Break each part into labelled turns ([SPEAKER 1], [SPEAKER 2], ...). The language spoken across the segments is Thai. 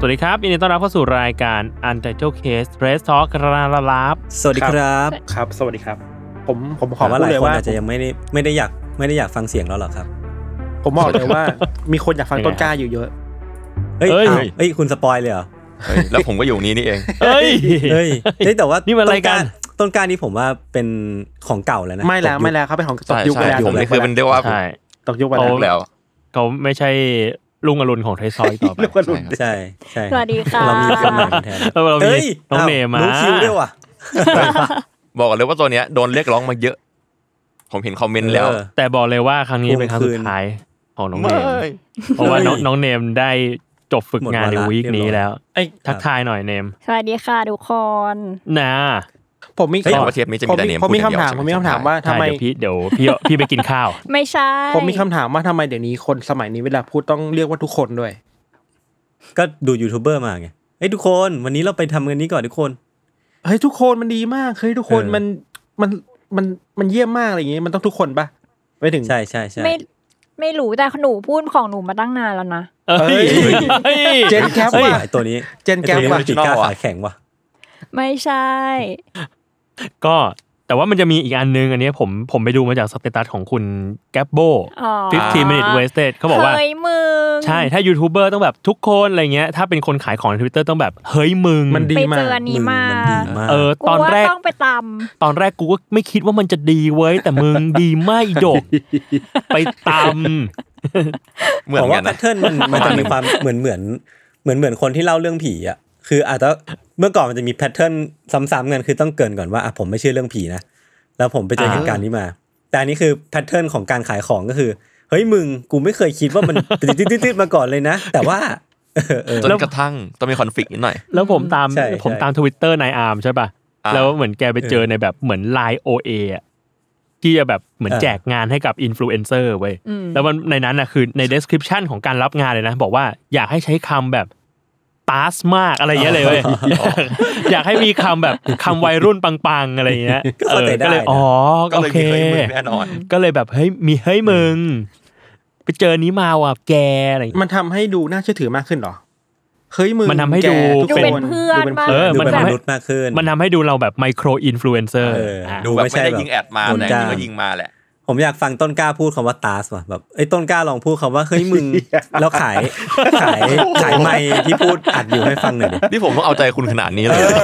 [SPEAKER 1] สวัสดีครับยินดีต้อนรับเข้าสู่รายการ Untitled Case Press Talk กระลาลาลาบ
[SPEAKER 2] สวัสดีครับ
[SPEAKER 3] ครับ สวัสดีครับ ผมผมข
[SPEAKER 2] ขอ
[SPEAKER 3] อ
[SPEAKER 2] ว่า
[SPEAKER 3] พู
[SPEAKER 2] ห
[SPEAKER 3] ด
[SPEAKER 2] ลาย
[SPEAKER 3] เลย
[SPEAKER 2] คน
[SPEAKER 3] ว่า
[SPEAKER 2] อาจจะยังไม่ได้ไม่ได้อยากไม่ได้อยากฟังเสียงเราหรอกครับ
[SPEAKER 3] ผมบอกเลยว่า มีคนอยากฟังต้นกล้าอยู่เยอะ
[SPEAKER 2] เฮ้ย
[SPEAKER 1] เอ้ย
[SPEAKER 2] อ้าวเอ้ย คุณสปอยเลยเหรอ
[SPEAKER 4] เฮ้ยแล้วผมก็อยู่นี่นี่เอง
[SPEAKER 1] เอ้ย
[SPEAKER 2] เฮ้ยเฮ้ยแต่ว่า
[SPEAKER 1] นี่มัน
[SPEAKER 2] ต้
[SPEAKER 1] รายการ
[SPEAKER 2] ต้นกล้านี่ผมว่าเป็นของเก่าแล้วนะ
[SPEAKER 3] ไม่แล้ว
[SPEAKER 2] ตกยุค
[SPEAKER 3] ไม่แล้วเขาเป็นของต
[SPEAKER 4] ใช่
[SPEAKER 3] กยุคไป
[SPEAKER 4] ใช่
[SPEAKER 3] แล้ว
[SPEAKER 4] ผมนี่คือมันเรียกว่า
[SPEAKER 1] ใช่
[SPEAKER 3] ตกยุคไปแล้
[SPEAKER 1] โอ้
[SPEAKER 3] ว
[SPEAKER 4] แล้ว
[SPEAKER 1] เขาไม่ใช่ลุงอรุณของไทยซอยต่อ ไป
[SPEAKER 3] เรียกว่าหลุด
[SPEAKER 4] ใช่
[SPEAKER 2] ใช่ใช่
[SPEAKER 5] สวัสดีค่ะ
[SPEAKER 2] เรามีคนใหม่แทน
[SPEAKER 1] เออเรามี
[SPEAKER 2] อ้ย
[SPEAKER 1] น้อง
[SPEAKER 2] าว
[SPEAKER 1] เมย์มา
[SPEAKER 2] รู้คิวด้วยว่ะ
[SPEAKER 4] บอกกันเลยว่าตัวเนี้ยโดนเรียกร้องมาเยอะ ผมเห็นคอมเมนต์แล้ว
[SPEAKER 2] เออ
[SPEAKER 1] แต่บอกเลยว่าครั้งนี้เป็นครั้งสุ
[SPEAKER 2] คื
[SPEAKER 1] ด
[SPEAKER 2] น
[SPEAKER 1] ท้ายของน้องเนมเพราะว่าน้องน้องเนมได้จบฝึกงานในวีคนี้แล้ว
[SPEAKER 3] ไอ้ย
[SPEAKER 1] ทักทายหน่อยเนม
[SPEAKER 5] สวัสดีค่ะทุกคน
[SPEAKER 1] นะ
[SPEAKER 3] ผมมี
[SPEAKER 2] เฮ้ย
[SPEAKER 4] บอกว่าเทปนี้จะ
[SPEAKER 3] ผม
[SPEAKER 4] มีแต่
[SPEAKER 3] มี
[SPEAKER 4] เนม
[SPEAKER 3] ผมมี
[SPEAKER 4] พูดอย่ง
[SPEAKER 3] คำถามผ
[SPEAKER 4] เดียว
[SPEAKER 3] มมีคำถามว่าทำ
[SPEAKER 1] ใช่
[SPEAKER 3] ไม
[SPEAKER 1] เดี๋ยวพี่เดี๋ยวพี่พี่ไปกินข้าว
[SPEAKER 5] ไม่ใช่
[SPEAKER 3] ผมมีคำถามว่าทำไมเดี๋ยวนี้คนสมัยนี้เวลาพูดต้องเรียกว่าทุกคนด้วย
[SPEAKER 2] ก็ดูยูทูบเบอร์มาไงเฮ้ยทุกคนวันนี้เราไปทำกันนี้ก่อนทุกคน
[SPEAKER 3] เฮ้ยทุกคนมันดีมากเฮ้ยทุกคน
[SPEAKER 2] เออ
[SPEAKER 3] มันมันมันมันเยี่ยมมากอะไรอย่างงี้มันต้องทุกคนปะไม่ถึง
[SPEAKER 2] ใช่ใช่ใช่
[SPEAKER 5] ไม่ไม่รู้แต่หนูพูดของหนูมาตั้งนานแล้วนะ
[SPEAKER 1] เอ้ย
[SPEAKER 3] เอ้ย
[SPEAKER 1] เอ้ย
[SPEAKER 3] เจนแคป
[SPEAKER 2] เฮ้ย
[SPEAKER 3] ว่ะ
[SPEAKER 2] ไอ้ตัวนี้
[SPEAKER 3] เจนแก๊ป
[SPEAKER 2] ไอ้ตัว
[SPEAKER 3] ว่ะ
[SPEAKER 2] มันปีกกล้าขาแข็งว่ะ
[SPEAKER 5] ไม่ใช่
[SPEAKER 1] ก็แต่ว่ามันจะมีอีกอันนึงอันเนี้ยผมผมไปดูมาจากสเตตัสของคุณแกปโบ
[SPEAKER 5] อ๋อ
[SPEAKER 1] 15 minute wasted เขาบอกว่า
[SPEAKER 5] เฮ้ยมึง
[SPEAKER 1] ใช่ ถ้ายูทูบเบอร์ต้องแบบทุกคนอะไรเงี้ย ถ้าเป็นคนขายของในทวิตเตอร์ต้องแบบ เฮ้ยมึง
[SPEAKER 3] มันดี
[SPEAKER 5] ไป
[SPEAKER 3] มา
[SPEAKER 5] เจ
[SPEAKER 3] ก
[SPEAKER 5] ออันนี้มา
[SPEAKER 2] ดีมาก
[SPEAKER 1] เออ ตอนแรก
[SPEAKER 5] ว่าต้องไปต
[SPEAKER 1] ตอนแรกกูก็ไม่คิดว่ามันจะดีเว้ย แต่มึง ดีมากอีดก ไปต
[SPEAKER 4] เหมือน
[SPEAKER 2] ผมว่า
[SPEAKER 4] กัน
[SPEAKER 2] แพ
[SPEAKER 4] นะ
[SPEAKER 2] ทเทิร์นมันมันจะมีความเหมือนเหมือนเหมือนเหมือนคนที่เล่าเรื่องผีอ่ะคืออาจจะเมื่อก่อนมันจะมีแพทเทิร์นซ้ำๆกันคือต้องเกรินก่อนว่าอ่ะผมไม่เชื่อเรื่องผีนะแล้วผมไปเจอเหตุการณ์นี้มา แต่อันนี้คือแพทเทิร์นของการขายของก็คือเฮ้ยมึงกูไม่เคยคิดว่ามัน ตืดๆๆมาก่อนเลยนะ แต่ว่า
[SPEAKER 4] จนกระทั่งต้องมีคอนฟ lict นิดหน่อย
[SPEAKER 1] ำ แล้วผมตาม
[SPEAKER 2] ใช่
[SPEAKER 1] ผม
[SPEAKER 2] ใช่
[SPEAKER 1] ตามทวิตเตอร์นายอาร์มใช่ป่ะ
[SPEAKER 4] อ่า
[SPEAKER 1] แล้วเหมือนแกไปเจอในแบบเหมือนไลน์โอเอะที่จะแบบเหมือนแจกงานให้กับอินฟลูเอนเซอร์เว้ย
[SPEAKER 5] ำอืม
[SPEAKER 1] แล้วมันในนั้นนะคือใน description ของการรับงานเลยนะ บอกว่าอยากให้ใช้คำแบบปาสมากอะไรเงี้ยเลยเว้ย อยากให้มีคำแบบคำวัยรุ่นปังๆ อะไรเงี้ย
[SPEAKER 2] ก็เข้าใจได้
[SPEAKER 1] ก็เลย
[SPEAKER 2] นะ
[SPEAKER 1] อ๋อ
[SPEAKER 4] ก็
[SPEAKER 1] โอ
[SPEAKER 4] เลย
[SPEAKER 1] เค
[SPEAKER 4] มีเฮ้ยมึงแน่นอน
[SPEAKER 1] ก็เลยแบบเฮ้ยมีเฮ้ยมึง ไปเจอนี้มาว่ะแกอะไรเงี้ย
[SPEAKER 3] มันทำให้ดูน่าเชื่อถือมากขึ้นเหรอ เฮ้ยมึง
[SPEAKER 1] มันทำให้ดู
[SPEAKER 3] แกทุก
[SPEAKER 5] ดู
[SPEAKER 3] ค
[SPEAKER 5] เป็นเพื่อน
[SPEAKER 3] ดูป็
[SPEAKER 5] มาก
[SPEAKER 1] เออ
[SPEAKER 2] ดู
[SPEAKER 1] มัน
[SPEAKER 2] เป็น
[SPEAKER 1] ทำ
[SPEAKER 2] ม
[SPEAKER 1] ให้
[SPEAKER 2] นุษย์มากขึ้น
[SPEAKER 1] มันทำให้ดูเราแบบไมโครอินฟลูเอนเซอร์
[SPEAKER 2] เอออ่
[SPEAKER 1] ะ
[SPEAKER 2] ดู
[SPEAKER 4] ดูแบบ
[SPEAKER 2] ไม่ใช่
[SPEAKER 4] ไม่
[SPEAKER 2] แบบ
[SPEAKER 4] ได้ยิงแอดมา
[SPEAKER 2] คน
[SPEAKER 4] แต่
[SPEAKER 2] จ้าง
[SPEAKER 4] ก็ยิงมาแหละ
[SPEAKER 2] ผมอยากฟังต้นกล้าพูดคำว่าตาสว่ะแบบไอ้ยต้นกล้าลองพูดคำว่าเฮ้ยมึง แล้วขายขายขายไม้ที่พูดอัดอยู่ให้ฟังหน่อยดิ
[SPEAKER 4] นี่ผมต้องเอาใจคุณขนาดนี้เลยเหรอ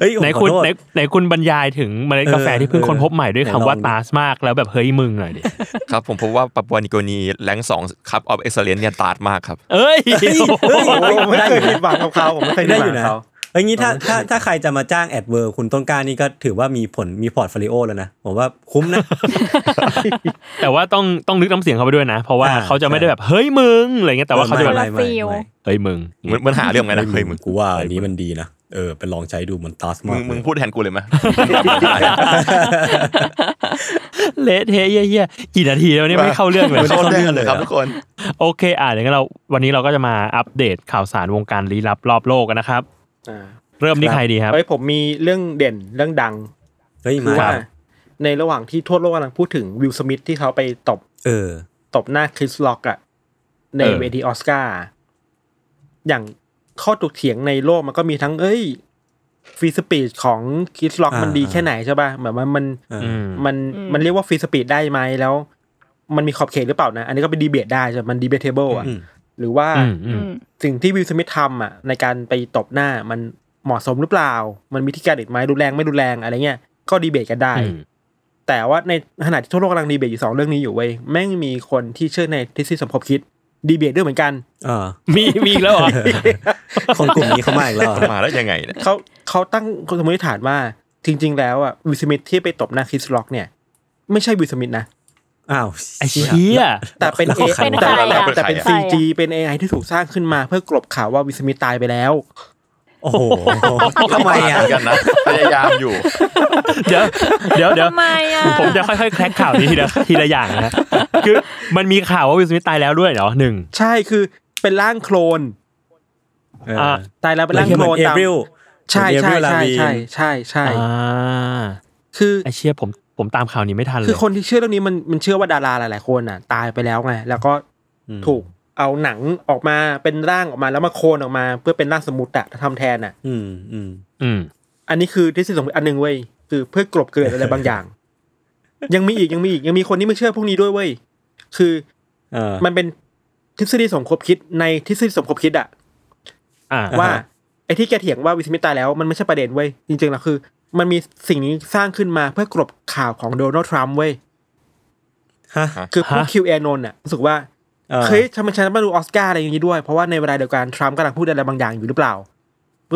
[SPEAKER 2] เฮ้ยผม
[SPEAKER 1] ไหน
[SPEAKER 2] ขอ
[SPEAKER 1] คุณ
[SPEAKER 2] โทษ
[SPEAKER 1] ไหนไหนคุณบรรยายถึงเมล็ดกาแฟ
[SPEAKER 2] เออ
[SPEAKER 1] ที่เพิ่งค้นพบใหม่ด้วย
[SPEAKER 2] ไหน
[SPEAKER 1] คำว่า
[SPEAKER 2] ลองดู
[SPEAKER 1] ตาสมากแล้วแบบเฮ้ยมึงหน่อยดิ
[SPEAKER 4] ครับ ผมพบว่าปัปวานิโกนีแรงสองครับออฟเอ็กซ์เลนเนี่ยตาดมากครับ
[SPEAKER 1] เอ้ย
[SPEAKER 2] เฮ้ย
[SPEAKER 3] โอ้โหผมไม่ได้ผิดหวังกับเขาผมไม่เคย
[SPEAKER 2] ได้
[SPEAKER 3] ผิดห
[SPEAKER 2] อยู่นะ
[SPEAKER 3] วังกับเขา
[SPEAKER 2] เอ้ยงี้ถ้า
[SPEAKER 3] เออ
[SPEAKER 2] ถ้าถ้าใครจะมาจ้างแอดเวอร์คุณต้นกล้านี่ก็ถือว่ามีผลมีพอร์ตโฟลิโอแล้วนะ ผมว่าคุ้มนะ
[SPEAKER 1] แต่ว่าต้องต้องนึกน้ำเสียงเขาไปด้วยนะ เพราะว่า
[SPEAKER 2] อ่า
[SPEAKER 1] เขาจะไม่
[SPEAKER 2] ใช่
[SPEAKER 1] ได้แบบเฮ้ยมึงอะไรเงี้ยแต่ว่าเขาจะ
[SPEAKER 2] อ
[SPEAKER 1] แบ
[SPEAKER 2] อบ ไม่ไม่ไม่ไม่
[SPEAKER 1] เฮ้ยมึง
[SPEAKER 4] เหมือนเหมือนหาเรื่องไงนะเฮ้ยมึง
[SPEAKER 2] กูว่าอันนี้มันดีนะ เออไปลองใช้ดูมันตาส
[SPEAKER 4] มึ
[SPEAKER 2] มาง ก
[SPEAKER 4] มึง
[SPEAKER 2] เลย
[SPEAKER 4] พูดแทนกูเลยไหม
[SPEAKER 1] เละเทะเยี่ยๆกี่นาทีแล้วเนี่ยไม่เข้าเรื่องเลย
[SPEAKER 4] ไม่เข้าเรื่องเลยครับทุกคน
[SPEAKER 1] โอเคอ่ะเดี๋ยวงั้นเราวันนี้เราก็จะมาอัปเดตข่าวสารวงการลี้ลับรอบโลกกันนะครับ
[SPEAKER 3] อ่า
[SPEAKER 1] เริ่มที่ใครดีครับ
[SPEAKER 3] เอ้ยผมมีเรื่องเด่นเรื่องดัง
[SPEAKER 2] เฮ้ย
[SPEAKER 3] คื
[SPEAKER 2] มา
[SPEAKER 3] อว่าในระหว่างที่ทั่วโลกกำลังพูดถึงวิลสมิธที่เขาไปตบ
[SPEAKER 2] เออ
[SPEAKER 3] ตบหน้าคริสล็อกอะใน
[SPEAKER 1] เออ
[SPEAKER 3] เวทีออสการ์อย่างข้อถกเถียงในโลกมันก็มีทั้ง เอ้ยฟรีสปีดของคริสล็อก
[SPEAKER 2] อ่ามั
[SPEAKER 3] มันดี
[SPEAKER 2] อ่า
[SPEAKER 3] แค่ไหนใช่ป่ะเหมือนมันมัน
[SPEAKER 2] เออ
[SPEAKER 1] อืม
[SPEAKER 3] มันมันเรียกว่าฟรีสปีดได้ไหมแล้ว มันมีขอบเขตหรือเปล่านะ อันนี้ก็เป็นดีเบตได้ใช่ไหมมันดีเบตเทเบิลอะ
[SPEAKER 2] อืม
[SPEAKER 3] หรือว่า
[SPEAKER 1] อืมอื
[SPEAKER 5] อื
[SPEAKER 1] ม
[SPEAKER 5] ม
[SPEAKER 3] สิ่งที่วิลสมิธทำอ่ะในการไปตบหน้ามัน เหมาะสมหรือเปล่า มันมีที่การเด็ดไหมรุนแรงไม่รุนแรงอะไรเงี้ยก็ดีเบตกันได้
[SPEAKER 1] อืม
[SPEAKER 3] แต่ว่าในขณะที่ทั่วโลกกำลังดีเบตอยู่สองเรื่องนี้อยู่เว้ยแม่งมีคนที่เชื่อในทฤษฎีสมคบคิดดีเบตด้วยเหมือนกัน
[SPEAKER 2] อ่า
[SPEAKER 1] มีมีอีกแล้วเหรอ
[SPEAKER 2] คนกลุ่มนี้เขามาอีกแล้วเหรอ
[SPEAKER 4] มาแล้วยังไงเนี่ย
[SPEAKER 3] เขาเขาตั้งสมมติฐานว่าจริง ๆ แล้วอ่ะวิลสมิทที่ไปตบหน้าคริสล็อกเนี่ย ไม่ใช่วิลสมิทนะ
[SPEAKER 2] อ้าว
[SPEAKER 1] ไอ้เชี่ย
[SPEAKER 3] แต่เป็น
[SPEAKER 2] แล้วขา
[SPEAKER 3] AI
[SPEAKER 2] ขาย
[SPEAKER 5] เป็น
[SPEAKER 2] ห
[SPEAKER 5] ใคร
[SPEAKER 3] แต่
[SPEAKER 5] อะ
[SPEAKER 3] แต่แต่เป็น
[SPEAKER 5] เป็นใครอะ
[SPEAKER 3] CG เป็น AI ที่ถูกสร้างขึ้นมาเพื่อกลบข่าวว่าวิลสมิทตายไปแล้ว
[SPEAKER 2] โอ้โห ทำไมอ่ะ
[SPEAKER 4] เหนกันนะพยายามอยู่
[SPEAKER 1] เดี๋ยวเดี๋ยวเดี๋ยว
[SPEAKER 5] ทำไมอ่ะ
[SPEAKER 1] ผมจะค่อยๆแคร็กข่าวนี้ทีละทีละอย่างนะคือมันมีข่าวว่าวิลสมิธตายแล้วด้วยเหรอหนึ่ง
[SPEAKER 3] ใช่คือเป็นร่างโคลน
[SPEAKER 2] เออ
[SPEAKER 1] อ่ะ
[SPEAKER 3] ตายแล้วเป็น
[SPEAKER 2] แล้
[SPEAKER 3] ร่าว ง
[SPEAKER 2] ก็
[SPEAKER 3] โค
[SPEAKER 2] เห
[SPEAKER 3] ล
[SPEAKER 2] มือนเอ
[SPEAKER 3] นตาม
[SPEAKER 2] ริล
[SPEAKER 3] ใช่ใช่ใช่ใช่
[SPEAKER 2] Avril
[SPEAKER 3] ใช่ใช่
[SPEAKER 1] อ่า
[SPEAKER 3] คือ
[SPEAKER 1] ไอเชี่ยผมผมตามข่าวนี้ไม่ทันเล
[SPEAKER 3] คือย คนที่เชื่อเรื่องนี้มันมันเชื่อว่าดาราหลายๆคนอ่ะ ตายไปแล้วไงแล้วก็
[SPEAKER 2] อืม
[SPEAKER 3] ถูกเอาหนังออกมาเป็นร่างออกมาแล้วมาโคลนออกมา เพื่อเป็นร่างสมมุติอะทำแทนอ่ะ
[SPEAKER 2] อืมอืม
[SPEAKER 1] อืม
[SPEAKER 3] อันนี้คือทฤษฎีสมมติอันหนึ่งเว้ยคือเพื่อกลบเกลื่อนอะไรบางอย่าง ยังมีอีกยังมีอีกยังมีคนที่ไม่เชื่อพวกนี้ด้วยเว้ยคือ
[SPEAKER 2] เออ
[SPEAKER 3] มันเป็นทฤษฎีสมคบคิดในทฤษฎีสมคบคิดอะ
[SPEAKER 1] อ่า
[SPEAKER 2] ฮะ
[SPEAKER 3] ว่าไอ้ที่แกเถียงว่าวิสมิตตายแล้วมันไม่ใช่ประเด็นเว้ยจริงๆแล้วคือ มันมีสิ่งนี้สร้างขึ้นมาเพื่อกลบข่าวของโดนัลด์ทรัมป์เว้ย
[SPEAKER 2] ฮะ
[SPEAKER 3] คือพวก
[SPEAKER 1] ฮะ
[SPEAKER 3] คิวแอนนน่ะรู้สึกว่า
[SPEAKER 2] ออ
[SPEAKER 3] เฮ้ยทำไมฉันมาดูออสการ์อะไรอย่างนี้ด้วยเพราะว่าในเวลาเดียวกันทรัมป์กำลังพูดอะไรบางอย่างอยู่หรือเปล่า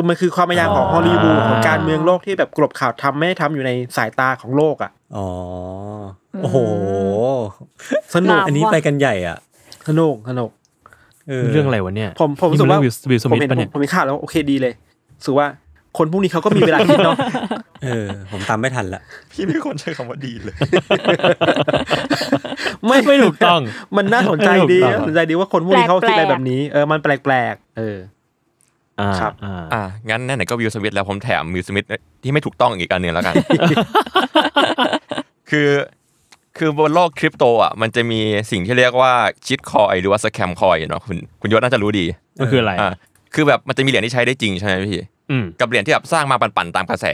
[SPEAKER 3] มันคือความพยายามของฮอลลีวูดของการเมืองโลกที่แบบกลบข่าวทำไม่ให้ทำอยู่ในสายตาของโลกอ่ะ
[SPEAKER 2] อ๋อโอ้โห
[SPEAKER 3] สนุก
[SPEAKER 5] าม
[SPEAKER 2] อันนี้
[SPEAKER 5] ว่ะ
[SPEAKER 2] ไปกันใหญ่อ่ะ
[SPEAKER 3] สนุกสนุก
[SPEAKER 1] เรื่องอะไรวะเนี่ย
[SPEAKER 3] ผมผมรู้สึกว่า
[SPEAKER 1] นี่นเรื่องวิลส
[SPEAKER 3] ผ
[SPEAKER 1] มิ
[SPEAKER 3] ม
[SPEAKER 1] ธ
[SPEAKER 3] เห็น
[SPEAKER 1] ปะเนี่ย
[SPEAKER 3] ผมเห็นข่าวแล้วโอเคดีเลยรู้สึกว่าคนพวกนี้เขาก็มีเวลาคิดเนาะ
[SPEAKER 2] เออ ผมตามไม่ทันละ
[SPEAKER 4] พี่ไม่ควรใช้คำว่าดีเลย
[SPEAKER 3] ไม่
[SPEAKER 1] ไม่ถูกต้อง
[SPEAKER 3] มันน่าสนใจดี
[SPEAKER 1] ไม่ถูกต้
[SPEAKER 3] น่า
[SPEAKER 1] อง
[SPEAKER 3] สนใจดีว่าคนพวกนี้เขาคิดอะไร
[SPEAKER 5] แปลก
[SPEAKER 3] แบ
[SPEAKER 5] ๆ
[SPEAKER 3] บนี้เออมันแปลกๆเออ
[SPEAKER 1] อ่า
[SPEAKER 3] ครับ
[SPEAKER 1] อ่า
[SPEAKER 4] อ่ะงั้นแน่ไหนๆก็วิลสมิธแล้วผมแถมวิลสมิธที่ไม่ถูกต้องอีกอันหนึ่งแล้วกัน คือ คือบนโลกคริปโตอ่ะ มันจะมีสิ่งที่เรียกว่าชิดคอยหรือว่าสแคมคอยเนาะคุณคุณยศน่าจะรู้ดี
[SPEAKER 1] มันคืออะไร
[SPEAKER 4] อ่ะคือแบบมันจะมีเหรียญที่ใช้ได้จริงใช่ไหมพี่
[SPEAKER 1] อืม
[SPEAKER 4] กับเหรียญที่แบบสร้างมาปั่นๆตามกระแส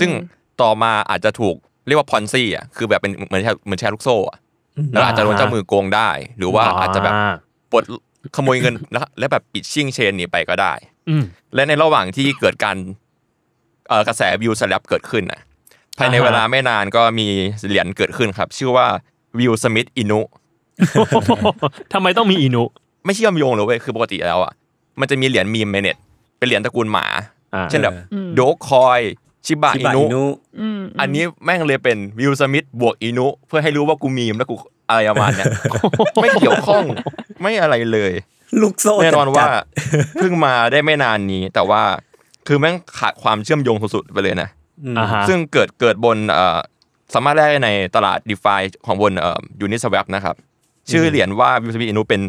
[SPEAKER 4] ซึ่งต่อมาอาจจะถูกเรียกว่าพอนซี่อ่ะคือแบบเป็นเหมือนแชร์เหมือนแชร์ลูกโซ่อ่ะแล้วอาจจะโดนเจ้ามือโกงได้ หรือว่าอาจจะแบบปลดขโมยเงินแล้วและแบบปิดชิ่งเชนหนีไปก็ได้
[SPEAKER 1] อืม
[SPEAKER 4] และในระหว่างที่เกิดการเอ่อกระแสวิวสลับเกิดขึ้นนะภายใน
[SPEAKER 1] อ่าฮะ
[SPEAKER 4] เวลาไม่นานก็มีเหรียญเกิดขึ้นครับ ชื่อว่าวิวสมิธอินุ
[SPEAKER 1] ทำไมต้องมีอินุ
[SPEAKER 4] ไม่เชื่อมโยงเลยเว้ยคือปกติแล้วอ่ะมันจะมีเหรียญมีมเมเนตเป็นเหรียญตระกูลหมา
[SPEAKER 1] อ่า
[SPEAKER 4] เช่นแบบ
[SPEAKER 5] อืม
[SPEAKER 4] โดคอยชิบะ
[SPEAKER 2] ชิ
[SPEAKER 4] อิ
[SPEAKER 2] บะ
[SPEAKER 4] นุ
[SPEAKER 2] อินุ
[SPEAKER 5] อืม
[SPEAKER 4] อันนี้แม่งเลยเป็นวิวสมิธบวกอินุเพื่อให้รู้ว่ากูมีมแล้วกูอะไรประมาณเนี้ย ไม่เกี่ยวข้องไม่อะไรเลย
[SPEAKER 2] ลูกโซ่
[SPEAKER 4] แน่นอน
[SPEAKER 2] จั
[SPEAKER 4] ว่า
[SPEAKER 2] ด
[SPEAKER 4] เพิ่งมาได้ไม่นานนี้ แต่ว่าคือแม่งขาดความเชื่อมโยงสุดๆไปเลยนะ
[SPEAKER 2] ๆอืม
[SPEAKER 1] อ่าฮะ
[SPEAKER 4] ซึ่งเกิดเกิดบนเอ่อสามารถได้ในตลาด d e f าของบนเอ่อยูนิสวปนะครับ ชื่อเหรียญว่า u s b i n u เป็น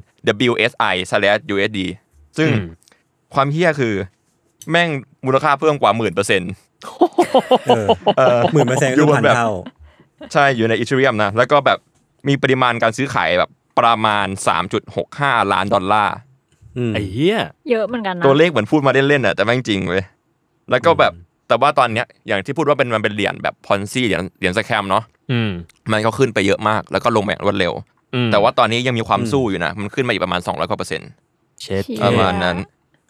[SPEAKER 4] WSI slash USD ซึ่ง
[SPEAKER 1] อืม
[SPEAKER 4] ความเฮี้ยคือแม่งมูลค่าเพิ่มกว่าหมื่นเปอร์เซ็นต์
[SPEAKER 2] เออหมื่นเปอร์เซ็นต์
[SPEAKER 4] อยู่
[SPEAKER 2] คือบ
[SPEAKER 4] น
[SPEAKER 2] พัน
[SPEAKER 4] แบบ
[SPEAKER 2] เท่า
[SPEAKER 4] ใช่อยู่ในอีเทเรียมนะ แล้วก็แบบมีปริมาณการซื้อขายแบบประมาณ 3.65 ล้านดอลลาร์
[SPEAKER 2] อืม
[SPEAKER 1] ไอ้เหี้ย
[SPEAKER 5] เยอะเหมือนกันนะ
[SPEAKER 4] ตัวเลขเหมือนพูดมาเล่นๆน่ะแต่แม่งจริงเว้ยแล้วก็แบบแต่ว่าตอนเนี้ยอย่างที่พูดว่าเป็นมันเป็นเหรียญแบบพอนซี่เหรียญเหรียญสแคมเนาะ
[SPEAKER 1] อืม
[SPEAKER 4] มันก็ขึ้นไปเยอะมาก แล้วก็ลงมาอย่างรวดเร็ว
[SPEAKER 1] อืม
[SPEAKER 4] แต่ว่าตอนนี้ยังมีความสู้อยู่นะ มันขึ้นมาอีกประมาณ 200กว่าเปอร์เซ็นต์
[SPEAKER 1] เช็ด
[SPEAKER 5] เชี่ย
[SPEAKER 4] ประมาณนั้น